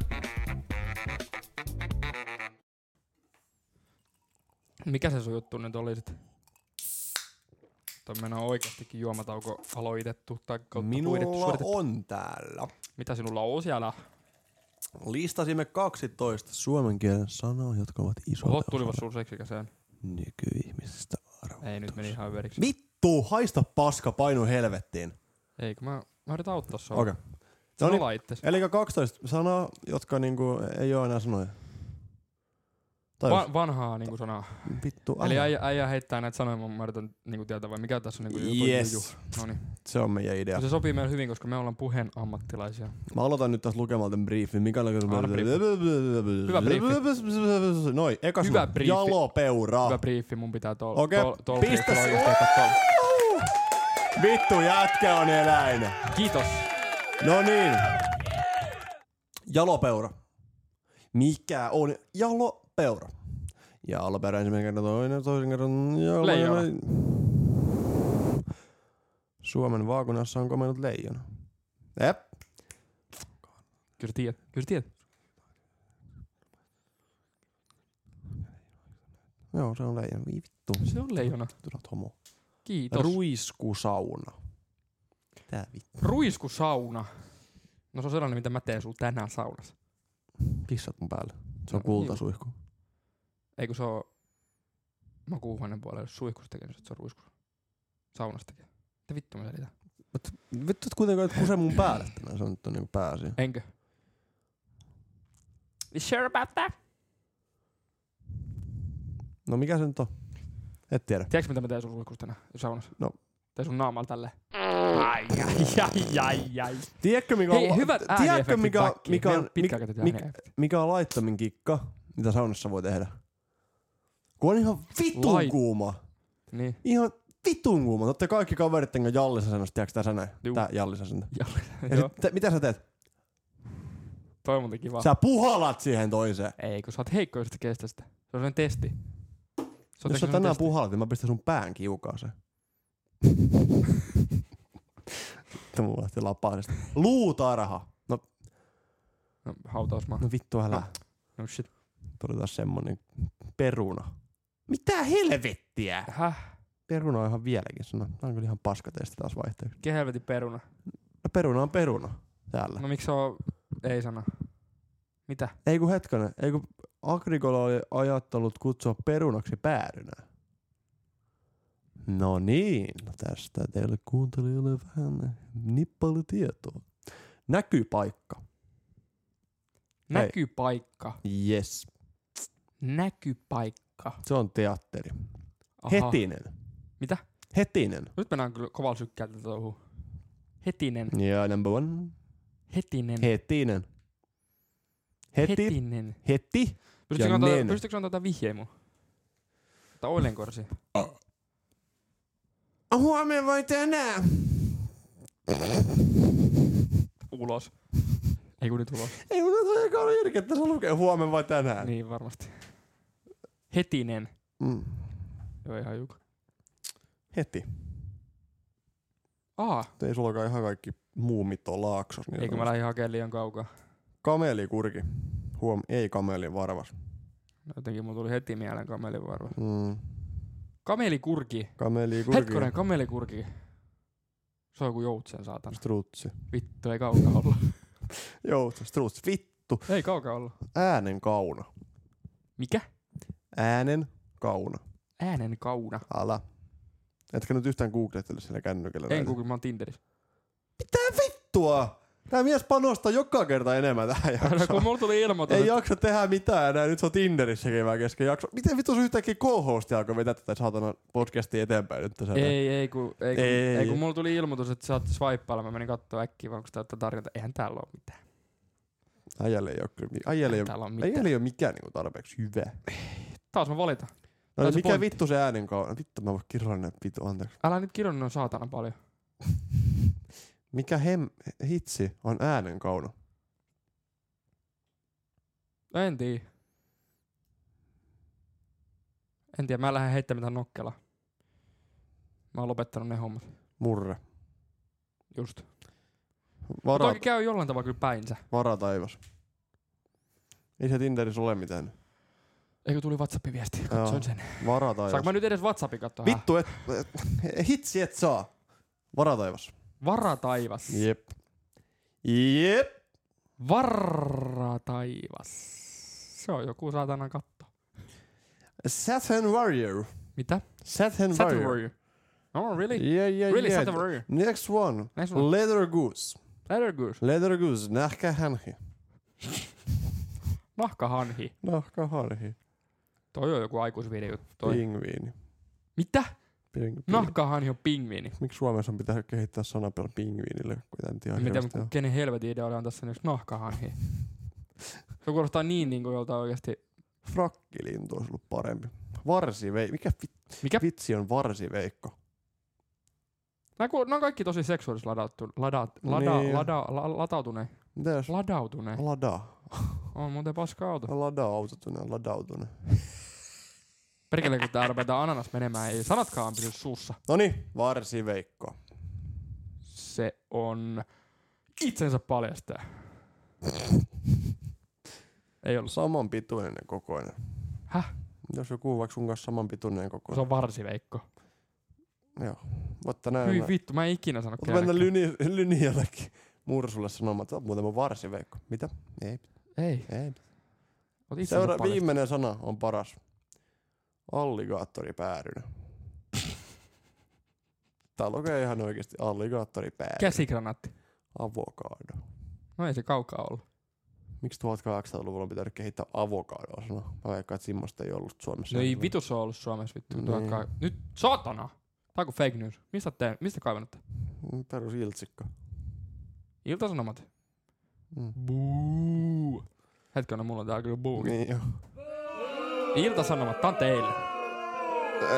S1: Mikä se sun juttu nyt oli sit? Tuo meidän on oikeastikin juomatauko aloitettu tai kautta huidettu,
S2: Minulla
S1: suoritettu.
S2: on täällä.
S1: Mitä sinulla on siellä?
S2: Listasimme 12 suomen kielen sanaa, jotka ovat isoja
S1: Oho, tulivat sun seksikäseen.
S2: nykyihmisistä arvoa.
S1: Ei, nyt meni ihan överiksi.
S2: Vittu, haista paska, painu helvettiin.
S1: Eikö mä, mä yritän auttaa sua.
S2: Okei. Okay.
S1: Sano
S2: Noniin.
S1: vaan itses.
S2: Eli 12 sanaa, jotka niinku ei ole enää sanoja. Tai Va-
S1: Va- vanhaa niinku sanaa.
S2: vittu,
S1: Eli
S2: älä.
S1: äijä, äijä heittää näitä sanoja, mä mä yritän niinku tietää vai mikä tässä on niinku
S2: Yes.
S1: No niin.
S2: Se on meidän idea.
S1: Se sopii meille hyvin, koska me ollaan puheen ammattilaisia.
S2: Mä aloitan nyt tässä lukemaan tämän briefin. Mikä oli
S1: Anna Hyvä
S2: briefi. Noi, eka
S1: Hyvä
S2: sana.
S1: briefi.
S2: Jalopeura.
S1: Hyvä briefi, mun pitää tuolla.
S2: Okei,
S1: tol, tol,
S2: pistä
S1: tol-
S2: se-
S1: tol-
S2: Vittu, jätkä on eläin.
S1: Kiitos.
S2: No niin. Jalopeura. Mikä on jalopeura? Jalopeura ensimmäinen kerta, toinen, toisen kerran. jalo-
S1: Leijona.
S2: Suomen vaakunassa on komennut leijona. Jep.
S1: Kyllä sä tiedät. Kyllä sä tiedät.
S2: Joo, se on leijona. Voi Vittu.
S1: Se on leijona.
S2: Vittu, sä oot homo.
S1: Kiitos. Ru-
S2: Ruiskusauna. Tää vittu.
S1: Ruiskusauna. No se on sellainen, mitä mä teen sulla tänään saunassa.
S2: Pissat mun päälle. Se
S1: No,
S2: on kultasuihku.
S1: Eikö se oo makuuhuoneen puolella, jos suihkussa tekee, niin sit se on ruiskus. Saunassa tekee. Mitä vittu mä selitän?
S2: Vittu, et kuitenkaan et kuse mun päälle tänään. Se on nyt on niinku pääasia.
S1: Enkö? You sure about that?
S2: No mikä se nyt on? Et tiedä.
S1: Tiedätkö mitä mä teen sun suihkussa tänään saunassa?
S2: No.
S1: Teen sun naamalla tälleen. Ai, ai, ai, ai, ai.
S2: Tiedätkö mikä
S1: Hei,
S2: on,
S1: hyvät
S2: tiedätkö,
S1: ääniefektit
S2: mikä,
S1: backiin.
S2: mikä,
S1: Meillä
S2: on,
S1: on
S2: mikä,
S1: pitkä mikä,
S2: mikä- mikä on laittomin kikka, mitä saunassa voi tehdä? Kun on ihan vitun
S1: Lait-
S2: kuuma.
S1: Niin.
S2: Ihan vitun kuuma. Olette kaikki kaverit enkä jallisasennus, tiedätkö tässä näin?
S1: Juu.
S2: Tää jallisasento. Ja
S1: Joo,
S2: sit, te, mitä sä teet?
S1: toi on muuten kiva.
S2: Sä puhalat siihen toiseen.
S1: Ei, kun sä oot heikko, jos et sä kestä sitä. Se on sen testi. Se
S2: Jos sä
S1: tekemisen
S2: tänään
S1: testi.
S2: puhalat, niin mä pistän sun pään kiukaaseen. Sitten mulla lähti lapaasesta. Luutarha. No,
S1: No, hautausmaa.
S2: no vittu älä.
S1: No. No shit.
S2: Tuli taas semmonen peruna. Mitä helvettiä?
S1: Häh?
S2: Peruna on ihan vieläkin sana. Tää on kyllä ihan paskatesti taas vaihteeksi.
S1: Mikä helvetin peruna?
S2: No peruna on peruna. Täällä.
S1: No miksi se on... Ei sana. Mitä?
S2: Ei kun hetkinen. Ei kun Agrikola oli ajattelut kutsua perunaksi päärynää. No niin. No tästä teille kuuntelijoille vähän nippailutietoa. Näkypaikka. Hei.
S1: Näkypaikka.
S2: Yes.
S1: Näkypaikka.
S2: Se on teatteri.
S1: Aha.
S2: Hetinen.
S1: Mitä?
S2: Hetinen.
S1: Nyt mennään kyllä kovalla sykkäältä touhuun. Hetinen.
S2: Yeah, number one.
S1: Hetinen.
S2: Hetinen. Heti. niin.
S1: Hetinen.
S2: Heti.
S1: Pystytkö
S2: Ja
S1: antaa,
S2: nen.
S1: pystytkö antaa jotain vihjeä mun? Tai oilenkorsi.
S2: Oh, Huomenna vai tänään?
S1: Ulos. Ei kun nyt ulos.
S2: Ei mun tässä aika ole järkeä, että se lukee huomenna vai tänään.
S1: Niin varmasti. Hetinen.
S2: Mm.
S1: Joo ihan juk.
S2: Heti.
S1: Aa,
S2: Ei sullakaan ihan kaikki muumit on laaksos. Niin
S1: eikö mä lähdin hakemaan liian kaukaa.
S2: Kamelikurki. Huom, ei kamelin varvas.
S1: No Jotenkin mulla tuli heti mieleen kamelin varmaan.
S2: Mm.
S1: Kamelikurki.
S2: Kameli kurki.
S1: Hetkonen, kamelikurki. Se on joku joutsen, saatana.
S2: Strutsi.
S1: Vittu, ei kaukaa olla.
S2: Joutsen, strutsi. Vittu.
S1: ei kaukaa olla.
S2: Äänen kauna.
S1: Mikä?
S2: Äänen kauna.
S1: Äänen kauna.
S2: Ala. Etkä nyt yhtään googlettele sillä kännykällä.
S1: En
S2: näitä.
S1: google, mä oon Tinderissä.
S2: Vittua! Tää mies panostaa joka kerta enemmän tähän
S1: No, kun
S2: jaksoon.
S1: mulla tuli ilmoitus,
S2: Ei
S1: että
S2: jaksa tehdä mitään enää, nyt se on Tinderissä kevään kesken jakso. Miten vittu sun yhtäkkiä co-host alkoi vetää tätä saatana podcastia eteenpäin nyt tässä?
S1: ei, ei, kun, ei, kun, ei,
S2: Ei.
S1: ei, kun mulla tuli ilmoitus, että sä oot swippailla. Mä menin kattoo äkkiä, vaan onko tää jotain tarjonta. Eihän täällä oo mitään.
S2: Äijälle ei oo kyllä, mi- äijälle ei oo,
S1: täällä oo mitään.
S2: äijälle ei oo mikään niinku tarpeeksi hyvä.
S1: Taas mä valitan.
S2: No,
S1: Tää on
S2: niin
S1: se
S2: mikä
S1: pointti.
S2: vittu se äänen kauna? Vittu mä voin kirjoittaa näitä vittu, anteeksi.
S1: Älä nyt kirjoita noin saatana paljon.
S2: Mikä hem, hitsi on äänen kauna?
S1: En tiedä. En tiedä, mä lähden heittämään mitään nokkelaa. Mä oon lopettanut ne hommat.
S2: Murre.
S1: Just. Mutta
S2: Vara,
S1: toki käy jollain tavalla kyllä päinsä.
S2: vara taivas. Ei se Tinderissä ole mitään.
S1: Eikö tuli WhatsApp-viesti?
S2: Joo.
S1: Katsoin sen.
S2: Vara taivas.
S1: Saanko mä nyt edes WhatsAppin katsoa? Häh?
S2: Vittu, et, et, hitsi et saa. Vara taivas.
S1: Varataivas.
S2: Jep. Jep.
S1: Varataivas. Se on joku saatana katto.
S2: Saturn Warrior.
S1: Mitä?
S2: Saturn,
S1: Saturn
S2: Warrior.
S1: Warrior. Oh, really?
S2: Yeah, yeah,
S1: Really,
S2: yeah.
S1: Saturn Warrior.
S2: Next one.
S1: Next one.
S2: Leather Goose.
S1: Leather goose.
S2: Leather Goose. Nahkahanhi.
S1: Nahkahanhi.
S2: Nahkahanhi.
S1: Toi on joku aikuisviiden juttu. Toi. No.
S2: Pingviini.
S1: Mitä?
S2: Ping, ping.
S1: Nahkahanhi on pingviini.
S2: Miksi Suomessa on pitää kehittää sanapeli pingviinille, kun en tiedä
S1: Mä tiedän,
S2: hirveästi on.
S1: kenen helvetin idea oli antaa sen yksi nahkahanhi. Se kuulostaa niin niinku jolta oikeesti.
S2: Frakkilintu olisi ollut parempi. Varsiveikko. Mikä vit-
S1: Mikä?
S2: vitsi on varsiveikko?
S1: Nää, ku, nää on kaikki tosi seksuaalis ladattu, ladat, lada,
S2: Niin. Oh.
S1: lada, la, latautuneen.
S2: Mitä jos
S1: Ladautuneen.
S2: lada?
S1: On muuten paska auto.
S2: Lada autotune, ladautunut.
S1: Perkele, kun tää rupeaa ananas menemään, ei sanatkaan pysy suussa.
S2: Noni, varsiveikko.
S1: Se on itsensä paljastaja. Ei ollut.
S2: Saman pituinen ja kokoinen.
S1: Häh?
S2: Jos joku on vaikka sun kanssa saman pituinen ja
S1: Se
S2: kokoinen.
S1: on varsiveikko.
S2: Joo. Mutta näin.
S1: Hyi
S2: Hyvin vi-
S1: vittu, mä en ikinä sano
S2: Mutta mennä
S1: kenellekään.
S2: lyni, lyniälläkin. Mursulle sanomaan, että oot muuten mun varsiveikko. Mitä? Ei,
S1: Ei,
S2: ei.
S1: oot itsensä
S2: Seura-
S1: paljastaja.
S2: viimeinen sana on paras. Alligaattori päädynä. Tää lukee ihan oikeesti alligaattori päädynä.
S1: Käsikranaatti.
S2: Avokado.
S1: No ei se kaukaa ollut.
S2: Miksi 1800-luvulla on pitänyt kehittää avokadoa sanaa? Mä veikkaan, että simmosta ei ollut Suomessa.
S1: No ei vitus ole ollut Suomessa vittu.
S2: Niin.
S1: Niin. Nyt saatana! Tää on kuin fake news. Mistä, te, mistä kaivannut tää?
S2: Mm, Perus iltsikka.
S1: Iltasanomat.
S2: Mm.
S1: Buu. Hetkinen, mulla on täällä kyllä buu. Niin.
S2: Niin jo.
S1: Iltasanomat, tää on teille.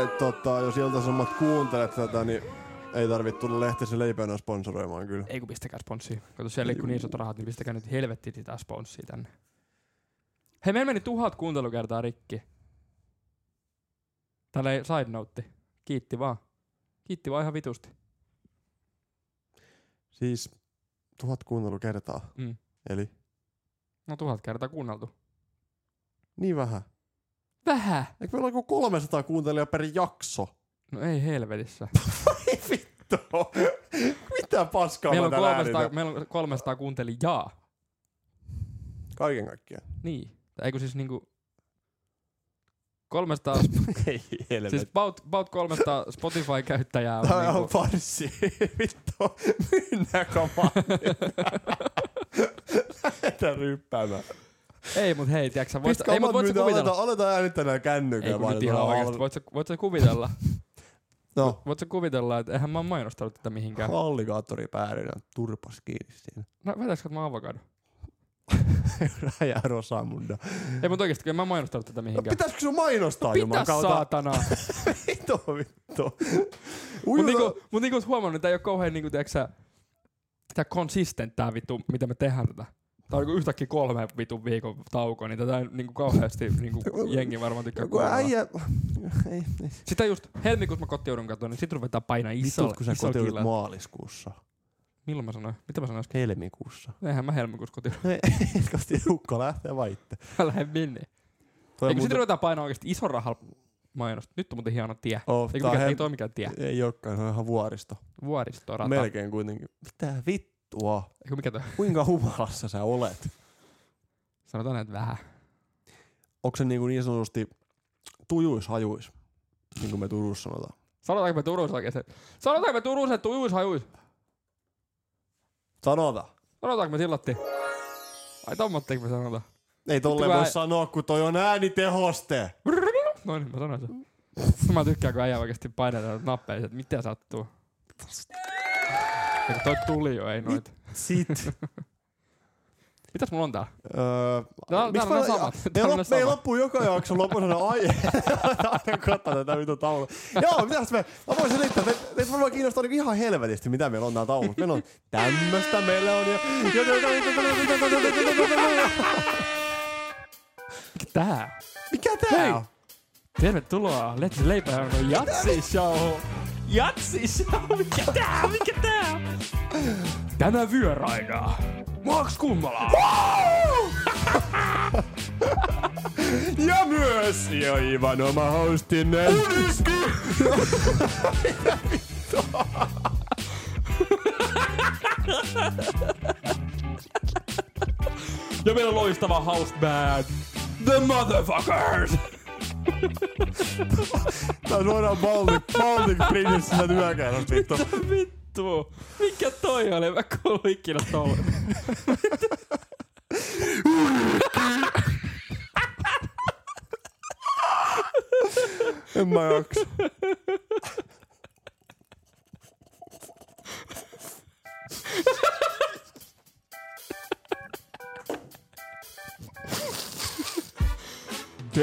S2: Et, tota, jos iltasanomat kuuntelet tätä, niin ei tarvitse tulla lehtisen leipänä sponsoroimaan kyllä.
S1: Ei kun pistäkää sponssia. Kato siellä liikkuu niin isot rahat, niin pistäkää nyt helvetti sitä sponssia tänne. Hei, meillä meni tuhat kuuntelukertaa rikki. Tällä ei side note. Kiitti vaan. Kiitti vaan ihan vitusti.
S2: Siis tuhat kuuntelukertaa.
S1: Mm.
S2: Eli
S1: No tuhat kertaa kuunneltu.
S2: niin vähän.
S1: Vähän!
S2: Eikö meillä ole joku 300 kuuntelijaa per jakso?
S1: No ei helvetissä.
S2: Ei vittu. Mitä paskaa
S1: Meillä on,
S2: mä tänään
S1: 300,
S2: äänitän?
S1: meillä on 300 kuuntelijaa.
S2: Kaiken kaikkiaan.
S1: Niin. Tai Eikö siis niinku... 300,
S2: Ei helvetti.
S1: siis
S2: Siis
S1: about, about 300 Spotify-käyttäjää on,
S2: Tää on
S1: niinku,
S2: farsi. Vittu. Myynnä komandi. Lähetä ryppäämään.
S1: Ei mut hei, tiiäks sä, voit,
S2: Mistä
S1: ei mut
S2: omat
S1: voit sä
S2: myynti
S1: kuvitella.
S2: aletaan, aletaan äänittää nää kännykkää.
S1: Ei kun
S2: vaan
S1: nyt
S2: ne
S1: ihan
S2: tulee
S1: oikeesti,
S2: al-
S1: voit sä, voit sä kuvitella,
S2: No,
S1: voit sä kuvitella, että eihän mä oon mainostanut tätä mihinkään.
S2: alligaattori päädynä, turpas kiinni siinä.
S1: No vätäisikö mä avokado?
S2: Räjä Rosamunda.
S1: Ei mut oikeesti, en mä oon mainostanut tätä
S2: No,
S1: mihinkään.
S2: pitäisikö sun mainostaa
S1: Pitä saatana!
S2: Pito vittu.
S1: mut
S2: Ujuta.
S1: niinku, mut niinku oot huomannut, tää ei oo kauhean niinku, tiiäks sä, tää consistent tää vittu, mitä me tehdään tätä. Tää on niinku yhtäkkiä kolme vitun viikon tauko, niin tätä ei niinku kauheasti niinku jengi varmaan tykkää
S2: Joku
S1: kuulla.
S2: äijä... Ei, ei.
S1: Sitä just helmikuussa mä kotiudun katoin, niin sit ruvetaan painaa isolla.
S2: Vitut, kun sä
S1: isolla
S2: kotiudut
S1: killalla.
S2: maaliskuussa.
S1: Milloin mä sanoin? Mitä mä sanoin äsken?
S2: Helmikuussa.
S1: Eihän mä helmikuussa kotiudun.
S2: No ei, et kosti ukko lähtee vaitte.
S1: Mä lähden minne.
S2: Toi
S1: Eikö
S2: on
S1: sit
S2: muuten,
S1: ruvetaan painaa oikeesti ison rahalla mainosta. Nyt on muuten hieno tie.
S2: Oh,
S1: Ei, mikä,
S2: tää on
S1: ei
S2: hel-
S1: toi mikään tie.
S2: ei olekaan, se on ihan vuoristo.
S1: Vuoristorata. Melkein.
S2: Melkein kuitenkin. Mitä vittua?
S1: Mikä toi?
S2: Kuinka humalassa sä olet?
S1: Sanotaan näin, että vähän.
S2: Onko se niinku niin sanotusti tujuis hajuis? Niin kuin me Turussa sanotaan.
S1: Sanotaanko me Turussa oikeesti? Sanotaanko me Turussa, että ujuis hajuis?
S2: Sanota.
S1: Sanotaanko me sillatti? Ai tommotteeko me sanotaan?
S2: Ei tolle
S1: Vittu, kun
S2: voi
S1: ää-
S2: sanoa, kun toi on äänitehoste.
S1: No niin, mä sanoin sen. Mä tykkään, kun äijä oikeesti painetaan nappeja, että mitä sattuu. Ja kun toi tuli jo, ei noit.
S2: Sit.
S1: Mitäs mulla on täällä?
S2: öö,
S1: Tää-
S2: miksi
S1: täällä on
S2: mä-
S1: ne samat.
S2: Ne
S1: Täällä on ne
S2: lop- meillä
S1: samat.
S2: loppuu joka jakso lopusana aihe. Aina katsoa tätä vitun taulua. Joo, mitäs me? Mä voin selittää. Te, teitä varmaan kiinnostaa niinku ihan helvetisti, mitä meillä on nää taulut. Meillä on tämmöstä meillä on ja...
S1: Mikä tää?
S2: Mikä tää on?
S1: Tervetuloa Let's Leipäjohdon Jatsi
S2: Siis
S1: Show! Jatsi Show! Mikä tää? Mikä tää? Tänä vyöraina. Max Kummala.
S2: Ja myös jo Ivan oma hostinne.
S1: Ja meillä on loistava house band. The Motherfuckers!
S2: Tää on suoraan Baltic, Baltic Princessillä työkäynnöstä vittu.
S1: Vittu. Mikä toi oli? Mä kuulun ikinä tolle.
S2: En mä jaksa.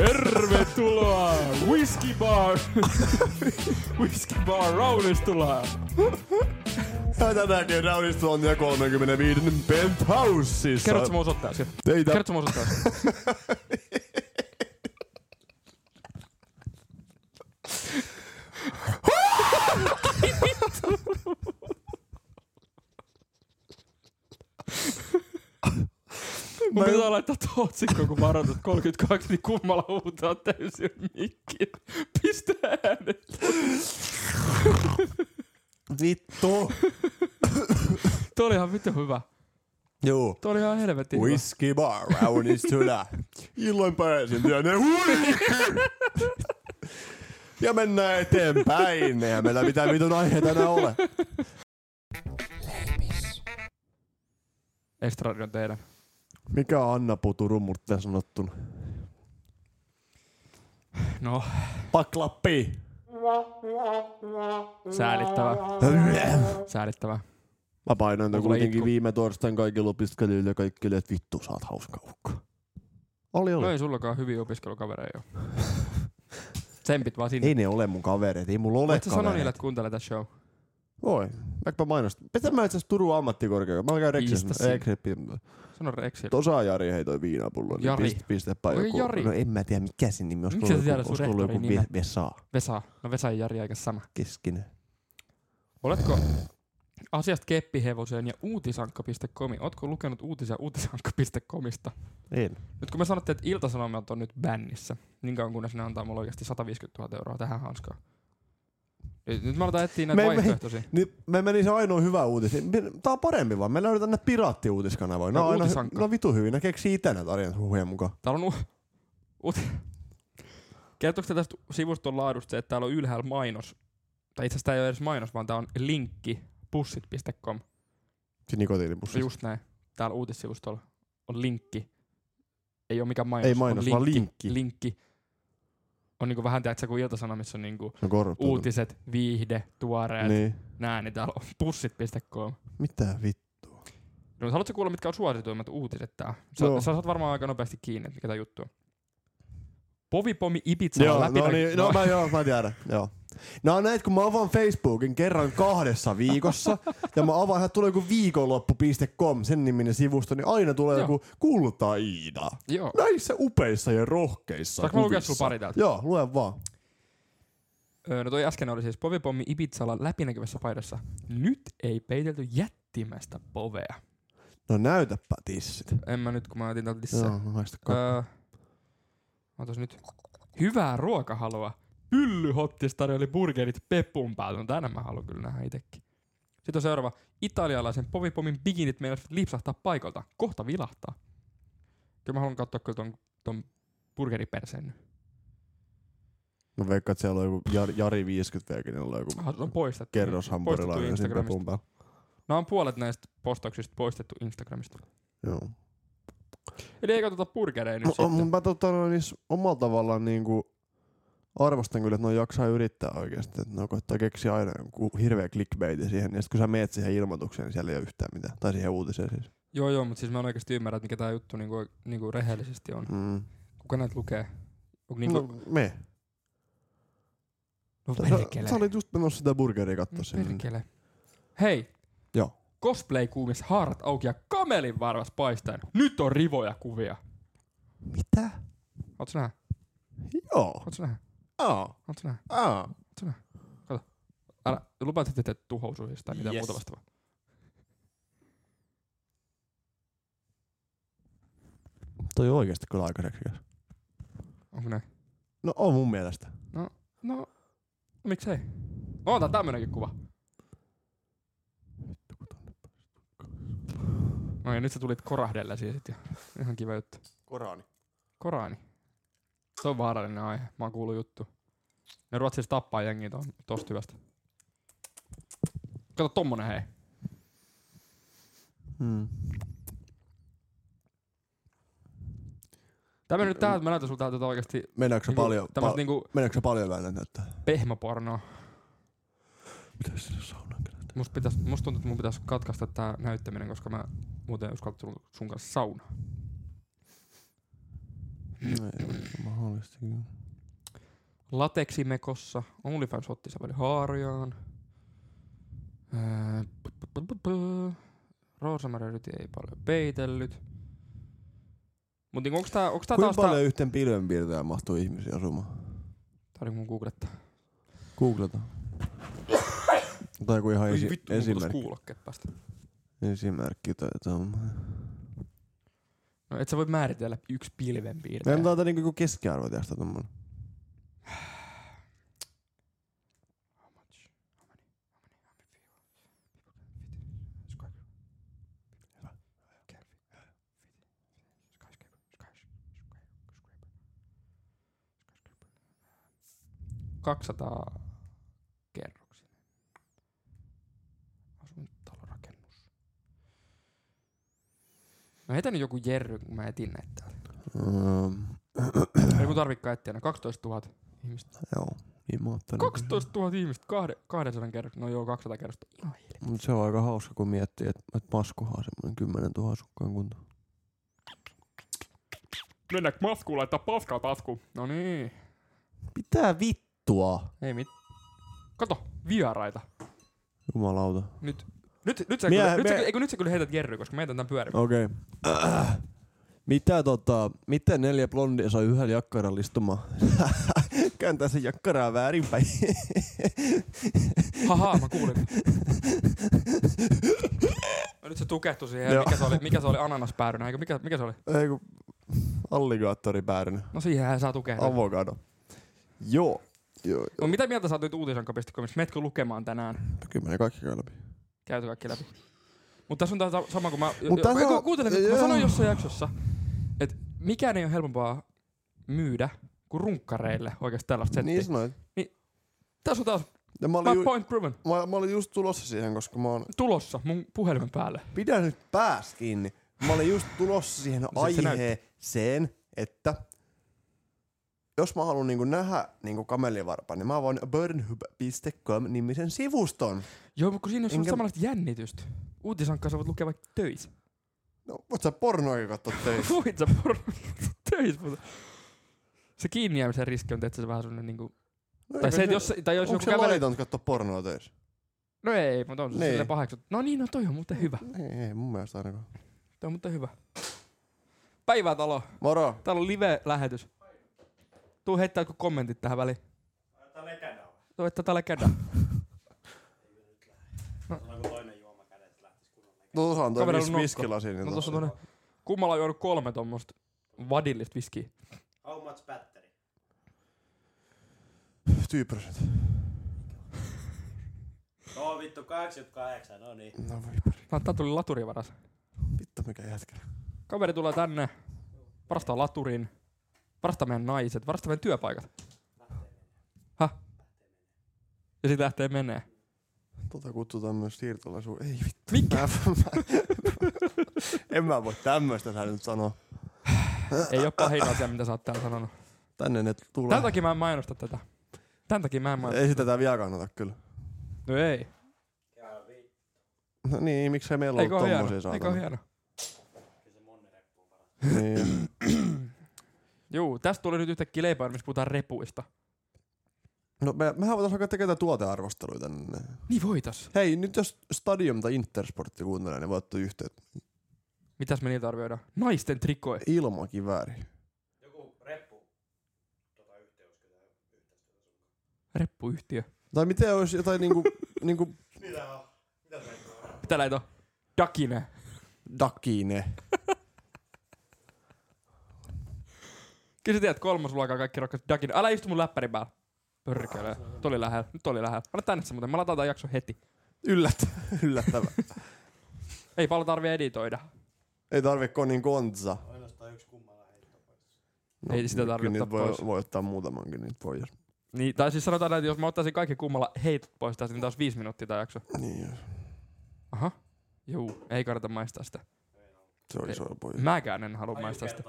S1: Tervetuloa Whiskey Bar. Whiskey Bar Raunistulaan.
S2: Ja tänäänkin raunistuontia 35 penthouseissa.
S1: Kerrotko mun osoitteen äsken?
S2: Ei tää
S1: Kerrotko mun osoitteen äsken? Mun pitää laittaa tuo otsikko, kun varoitat 32, niin kummalla huutaa täysin mikki. Pistä äänet.
S2: vittu.
S1: Tuo oli ihan vittu hyvä.
S2: Juu.
S1: Tuo oli ihan helvetin hyvä.
S2: Whiskey bar raunistylä. Illoin pääsin työnne huikki. Ja eh, mennään eteenpäin. Eihän meillä mitään vitun aiheita enää ole.
S1: Extradion teidän.
S2: Mikä on Anna Putu rummurttaja sanottuna?
S1: No,
S2: Paklappi.
S1: säälittävää. Säälittävää.
S2: Mä
S1: Mulla
S2: painoin tämän kuitenkin
S1: itku.
S2: viime torstain kaikille opiskelijoille ja kaikille, että vittu sä oot hauska ukko. Oli oli.
S1: No ei sullakaan hyviä opiskelukavereja ole. Tsempit vaan sinne.
S2: Ei ne ole mun kavereet, ei mulla ole
S1: Voit sä sanoa niille,
S2: kavereita.
S1: että kuuntelee tätä show?
S2: Voi, vaikka mainostaa. Petä mä itse asiassa Turun ammattikorkeakoulu. Mä käyn
S1: Pistä
S2: Reksissä.
S1: sinne.
S2: Reksissä.
S1: Sano Rexille.
S2: Osaa Jari heitoi viinapullon. Niin
S1: Jari.
S2: Piste, pistepä
S1: Oikein
S2: joku.
S1: Jari.
S2: No en mä tiedä mikä sen nimi. Olisiko
S1: Miksi sä
S2: ollut
S1: tiedät
S2: joku,
S1: sun
S2: olisiko ollut joku
S1: rehtorin
S2: Ve-
S1: nimen?
S2: Vesa
S1: Vesa. No Vesa ja Jari aika sama.
S2: Keskinen?
S1: Oletko asiasta keppihevoseen ja uutisankka.comi. Ootko lukenut uutisia uutisankka.comista?
S2: En.
S1: Nyt kun me sanotte, että iltasanomat on nyt bännissä, niin kauan kunnes ne antaa mulle oikeasti 150 000 euroa tähän hanskaan. Nyt nyt mä aletaan etsiä näitä
S2: Me- me-
S1: vaihtoehtoisia.
S2: Nyt Niin, me meni se ainoa hyvä uutis. Me- Tää on parempi vaan. Me löydetään ne piraattiuutiskanavoja. Ne
S1: No,
S2: on aina
S1: uutisankka.
S2: no, vitu hyvin. Ne keksii itse ne tarinat huhujen mukaan.
S1: Täällä on u- uut- Kertooko te tästä sivuston laadusta se, että täällä on ylhäällä mainos? Tai itse asiassa tää ei ole edes mainos, vaan tää on linkki pussit.com.
S2: Se nikotiinipussi.
S1: Just näin. Täällä uutissivustolla on linkki. Ei ole mikään mainos.
S2: Ei mainos,
S1: on
S2: vaan
S1: linkki.
S2: linkki.
S1: linkki. On niinku vähän, tiedätkö, kun iltasanomissa on niinku
S2: No korruptoitu.
S1: uutiset, viihde, tuoreet, niin.
S2: Niin.
S1: nää, niin täällä on pussit.com.
S2: Mitä vittu?
S1: No, mutta haluatko kuulla, mitkä on suosituimmat uutiset tää? Sä,
S2: Joo.
S1: sä saat varmaan aika nopeasti kiinni, että mikä tää juttu on. Povipomi Ibiza on läpi.
S2: no, niin, no, mä, joo, mä tiedän. Joo. No näet, kun mä avaan Facebookin kerran kahdessa viikossa, ja mä avaan, että tulee joku viikonloppu.com, sen niminen sivusto, niin aina tulee
S1: Joo.
S2: joku kulta Iida.
S1: Joo.
S2: Näissä upeissa ja rohkeissa
S1: Saanko mä lukea
S2: kuvissa.
S1: sulla pari täältä?
S2: Joo, lue vaan.
S1: Öö, No toi äsken oli siis povipommi Ibizalla läpinäkyvässä paidassa. Nyt ei peitelty jättimäistä povea.
S2: No näytäpä tissit.
S1: En mä nyt, kun mä otin tältä lisää.
S2: Joo, no haista
S1: Öö, otas nyt. Hyvää ruokahalua. Hyllyhottis tarjoili burgerit pepun päältä. No tänä mä haluan kyllä nähdä itekin. Sitten on seuraava. Italialaisen povipomin bikinit meillä lipsahtaa paikalta. Kohta vilahtaa. Kyllä mä haluan katsoa kyllä ton, ton burgeriperseen nyt.
S2: Mä veikkaan, että siellä on joku Jari, Jari 50 V, kenellä on joku
S1: Ah, se on poistettu. Poistettu
S2: kerroshampurilainen siinä
S1: Instagramista.
S2: pepun päällä.
S1: Nämä on puolet näistä postauksista poistettu Instagramista.
S2: Joo.
S1: Eli ei katsota burgereja nyt
S2: No,
S1: sitten.
S2: mun mä tota, noin, niin, s- omalla tavallaan niin kuin, arvostan kyllä, että ne jaksaa yrittää oikeasti. Että no ne koittaa keksiä aina joku hirveä clickbaiti siihen. Ja sitten kun sä meet siihen ilmoitukseen, niin siellä ei ole yhtään mitään. Tai siihen uutiseen siis.
S1: Joo, joo, mutta siis mä en oikeasti ymmärrä, että mikä tämä juttu niinku, niinku rehellisesti on.
S2: Mm.
S1: Kuka näitä lukee? Onko
S2: Niin
S1: niinku...
S2: no, me.
S1: No,
S2: Sä, sä, sä olit just menossa sitä burgeria katsoa
S1: Mm,
S2: sinne.
S1: Perkele. Hei.
S2: Joo.
S1: Cosplay kuumissa haarat auki ja kamelin varvas paistaen. Nyt on rivoja kuvia.
S2: Mitä?
S1: Ootko nähä?
S2: Joo.
S1: Ootko nähä?
S2: Aa.
S1: Ootko nähä?
S2: Aa.
S1: Älä, lupaat, että teet tuhousuisista tai mitään
S5: Yes.
S1: muuta vastaavaa.
S2: Toi on oikeasti kyllä aika seksikäs.
S1: Onko näin?
S2: No on mun mielestä.
S1: No, miksei? Oota, tämmönenkin kuva. No ja nyt sä tulit korahdella siis sit jo. Ihan kiva juttu.
S2: Korani.
S1: Korani. Se on vaarallinen aihe. Mä oon kuullut juttu. Ne Ruotsissa tappaa jengiä ton, tosta hyvästä. Kato tommonen hei.
S2: Mm.
S1: Tämä nyt tähän, että mä näytän sulta tätä oikeesti
S2: Meneekö se
S1: niinku,
S2: paljon?
S1: tämmöstä
S2: Pa-
S1: niinku
S2: Meneekö se paljon välillä näyttää?
S1: pehmäpornoa.
S2: Mitä sinne saunaan kyllä?
S1: Musta, pitäis, musta tuntuu, että mun pitäis katkaista tää näyttäminen, koska mä muuten en uskaltanut sun kanssa sauna.
S2: No ei ole mahdollista kyllä.
S1: Lateksimekossa, OnlyFans otti sä paljon haarojaan. Öö, p- p- p- p- Rosamari Ryti ei paljon peitellyt. Mut niinku onks tää, onks tää
S2: Kuinka
S1: taas tää...
S2: paljon yhteen pilvenpiirtäjään mahtuu ihmisiä asumaan?
S1: Tää oli mun googlettaa.
S2: Googletaan. tai joku ihan esi- esimerkki.
S1: kuulokkeet päästä.
S2: Esimerkki tai jotain.
S1: No et sä voi määritellä yksi pilven
S2: Me
S1: piirtein.
S2: antaa tätä niinku keskiarvo tästä tommonen.
S1: Kaksisataa kerroksia. Asuintalorakennus. No heitä nyt joku jerry, kun mä etin näitä täällä.
S2: Um,
S1: Ei mun tarvikaan etsiä, ne 12 000 ihmistä.
S2: joo, niin mä ajattelin.
S1: 12 000 ihmistä kahde, 200 kerrosta. No joo, 200 kerrosta. Ihan helvetti.
S2: Mut se on aika hauska, kun miettii, että et Maskuhan on semmonen 10 000 asukkaan kunta.
S1: Mennäänkö maskuun laittaa paskaa taskuun? No niin.
S2: Pitää vittua!
S1: Ei mit. Kato, vieraita.
S2: Jumalauta.
S1: Nyt, nyt, nyt, sä,
S2: Mie-
S1: kyllä, nyt, sä,
S2: mie- No.
S1: kyllä- eikö, nyt sä kyllä heität Jerry, koska mä heitän tän pyörimään.
S2: Okei. Okay. Mitä tota, miten neljä blondia sai yhdellä jakkaralla istumaan? Kääntää sen jakkaraa väärinpäin.
S1: Haha, mä kuulin. No nyt se tukehtui siihen,
S2: Joo.
S1: mikä se oli, mikä se oli ananaspäärynä, eikö mikä, mikä se oli?
S2: Ei kun alligaattori päärynä.
S1: No siihenhän saa tukehtua.
S2: Avokado. Joo. Joo,
S1: No mitä mieltä sä oot nyt uutisankka.comista? Meetkö lukemaan tänään?
S2: joo. Kyllä menee kaikki käy läpi.
S1: Käyty kaikki läpi. Mutta tässä on tää sama kuin mä...
S2: Mut tässä
S1: mä,
S2: on-
S1: kuuntele, nyt, mä
S2: joo.
S1: sanoin jossain jaksossa, että mikään ei ole helpompaa myydä kuin runkkareille oikeasti tällaista settiä.
S2: Niin
S1: Niin.
S2: sanoit.
S1: Tässä on taas
S2: Ja mä, olin
S1: my
S2: ju-
S1: point proven
S2: mä, mä, olin just tulossa siihen, koska mä oon...
S1: tulossa mun puhelimen päälle.
S2: Pidä nyt pääs kiinni. Mä olin just tulossa siihen
S1: sit se näytti.
S2: aiheeseen, että jos mä haluan niinku nähdä niinku kamelivarpaan, niin mä avaan burnhub.com nimisen sivuston.
S1: Joo, mutta kun siinä on Enkä...
S2: Enkä-
S1: samanlaista jännitystä. Uutisankkaa sä voit lukea vaikka töissä.
S2: No, voit sä pornoakin katsoa töissä.
S1: Voit sä porno töissä, mutta... Se kiinni jäämisen riski on tietysti vähän sellainen niinku...
S2: No,
S1: Tai
S2: eikö
S1: se, että jos, tai jos
S2: Onko
S1: joku
S2: se
S1: kävelee...
S2: laitonta katsoa pornoa töissä?
S1: No ei, mutta on se
S2: Niin.
S1: silleen pahaksut. No niin, no toi on muuten hyvä.
S2: Ei, ei mun mielestä ainakaan.
S1: Toi on muuten hyvä. Päivää talo.
S2: Moro!
S1: Täällä on live-lähetys. Tuu heittää jotkut kommentit tähän väliin. Tuo, että täällä No käydään.
S2: Tuossa on toi
S1: Kaverilla
S2: vis-
S1: nokka.
S2: viskilasi. Niin
S1: No tossa on
S2: tossa.
S1: tuonne. Kummalla on juonut kolme tommosta vadillista viskiä.
S6: How much battery?
S2: 10 prosenttia.
S7: No vittu, 88, no niin.
S2: No voi pari.
S1: No, tää tuli laturin varas.
S2: Vittu mikä jätkä.
S1: Kaveri tulee tänne, varastaa laturin, varastaa meidän naiset, varastaa meidän työpaikat. Häh? Ja sit lähtee menee.
S2: Tota kutsutaan myös siirtolaisuus. Ei vittu.
S1: Mikä?
S2: Mä, mä, en mä voi tämmöistä sä nyt sanoa.
S1: Ei oo pahin asia, mitä sä oot täällä sanonut.
S2: Tänne ne tulee.
S1: Tän takia mä en mainosta tätä. Tän takia mä en mainosta.
S2: Ei sitä tää vielä kannata kyllä.
S1: No ei.
S2: No niin, miksei meillä
S1: Eikö
S2: ollut
S1: oo hieno?
S2: tommosia
S1: Eikö oo
S2: saatana.
S1: hieno?
S2: Niin.
S1: Juu, tästä tuli nyt yhtäkkiä leipää, missä puhutaan repuista.
S2: No me, mehän voitais alkaa tekemään tuotearvosteluita tänne.
S1: Niin voitas.
S2: Hei, nyt jos Stadium tai Intersportti kuuntelee, ne voi ottaa yhteyttä.
S1: Mitäs me niitä arvioidaan? Naisten trikoja.
S2: Ilmakivääri.
S1: Reppuyhtiö.
S2: Tai miten olisi jotain niinku, niinku
S1: Mitä näitä on? Dakine.
S2: dakine.
S1: Kyllä sä tiedät, kolmosluokan kaikki rakkaat Dakine. Älä istu mun läppärin päällä. Pörkölö. Tuli lähellä. Nyt oli lähellä. Anna tänne se muuten. Mä lataan tämän jakson heti.
S2: Yllättä, yllättävä.
S1: Ei paljon tarvii editoida.
S2: Ei tarvi konin kontsa. No,
S7: Ainoastaan yksi kummalla heitto.
S1: Ei sitä tarvi
S2: kyllä niitä
S1: ottaa pois.
S2: Voi, voi ottaa muutamankin niitä pois.
S1: Niin, tai siis sanotaan, näin, että jos mä ottaisin kaikki kummalla heitot pois tästä, niin taas viisi minuuttia tää jakso.
S2: Niin,
S1: Aha. Juu, ei kannata maistaa sitä.
S2: se on iso pois.
S1: Mäkään en halua maistaa sitä.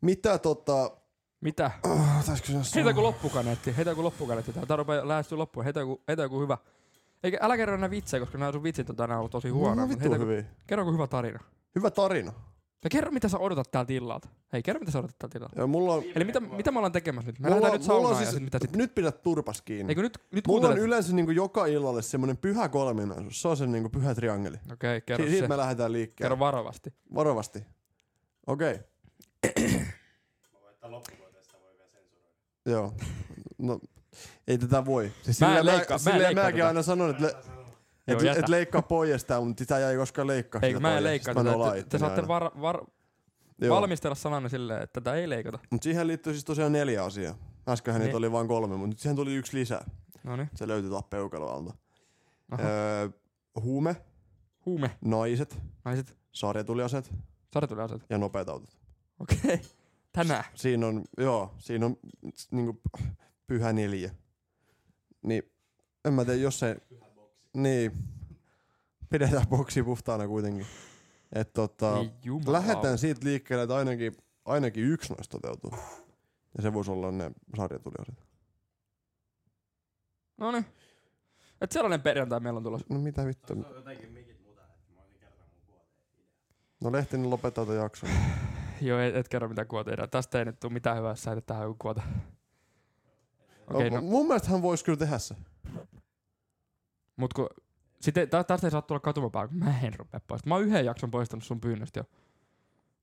S2: Mitä tota...
S1: Mitä?
S2: Oh, taisko se
S1: Heitä joku loppukaneetti, heitä joku loppukaneetti. Tää tää rupeaa lähestyä loppuun, heitä joku, heitä joku hyvä. Eikä, älä kerro enää vitsejä, koska nämä sun vitsit on tänään ollut tosi huonoja.
S2: No,
S1: mutta
S2: vittu
S1: heitä joku-
S2: hyvin.
S1: kerro joku hyvä tarina.
S2: Hyvä tarina.
S1: Ja kerro mitä sä odotat täältä illalta. Hei, kerro mitä sä odotat täältä illalta.
S2: Ja mulla on...
S1: Eli mitä, mitä me ollaan tekemässä nyt? Me
S2: mulla,
S1: lähdetään nyt
S2: mulla on siis-
S1: saunaan ja sit mitä sit.
S2: Nyt pidät turpas kiinni.
S1: Eikö nyt, nyt
S2: mulla on
S1: kuuntelet?
S2: yleensä niinku joka illalle semmonen pyhä kolminaisuus. Se on se niinku pyhä triangeli.
S1: Okei, kerro se.
S2: Si- Siis siitä me lähdetään liikkeelle.
S1: Kerro varovasti.
S2: Varovasti. Okei. Okay. Joo. No, ei tätä voi. Siis
S1: Mä en
S2: silleen
S1: leikkaa- mä en
S2: silleen
S1: leikkaa
S2: mäkin
S1: tätä.
S2: aina sanon, että le-
S1: Joo,
S2: et,
S1: jätä.
S2: et leikkaa pois tää, mutta sitä ei koskaan leikkaa.
S1: Eikö mä en leikkaa tätä. Te, te saatte var, var,
S2: valmiita.
S1: valmistella sananne silleen, että tätä ei leikata.
S2: Mutta siihen liittyy siis tosiaan neljä asiaa. Äskenhän
S1: Ne-
S2: niitä oli vain kolme, mutta nyt siihen tuli yksi lisää.
S1: Noniin.
S2: Se löytyi tuolta peukaloalta.
S1: Aha.
S2: Öö, huume,
S1: Huume. No
S2: naiset,
S1: Naiset.
S2: sarjatuliaset
S1: Sari tulee asioita.
S2: ja nopeat autot.
S1: Okei. Tänään.
S2: Siinä on, joo, siinä on s- niinku pyhä neljä. Niin, en mä tiedä, jos se... Niin, pidetään boksi puhtaana kuitenkin. Et tota,
S1: Ei Niin jumala.
S2: lähdetään siitä liikkeelle, että ainakin, ainakin yksi noista toteutuu. Ja se voisi olla ne sarjatuliaset.
S1: No niin. Et sellainen perjantai meillä on tulossa.
S2: No mitä vittu?
S7: Jotenkin mikit muuta, että mä olin kerran mun kuoteen.
S2: No Lehtinen lopettaa tämän jakson.
S1: Joo, et, et kerro mitä kuota tehdään. Tästä ei nyt tule mitään hyvää, jos sä heität tähän joku kuota. Okei,
S2: no,
S1: no,
S2: Mun mielestä hän voisi kyllä tehdä se.
S1: mut kun... Sitten tä- tästä ei saa tulla katumapää, kun mä en rupea poistamaan. Mä oon yhden jakson poistanut sun pyynnöstä jo.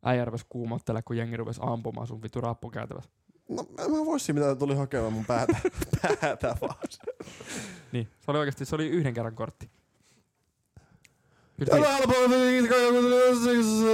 S1: Äijä rupes kuumottele, kun jengi rupes ampumaan sun vitu rappukäytävässä.
S2: No mä en voi siinä, mitä tuli hakemaan mun päätä, päätä vaan.
S1: Niin, se oli oikeasti, se oli yhden kerran kortti. Kyllä,
S2: Tällä helpolla,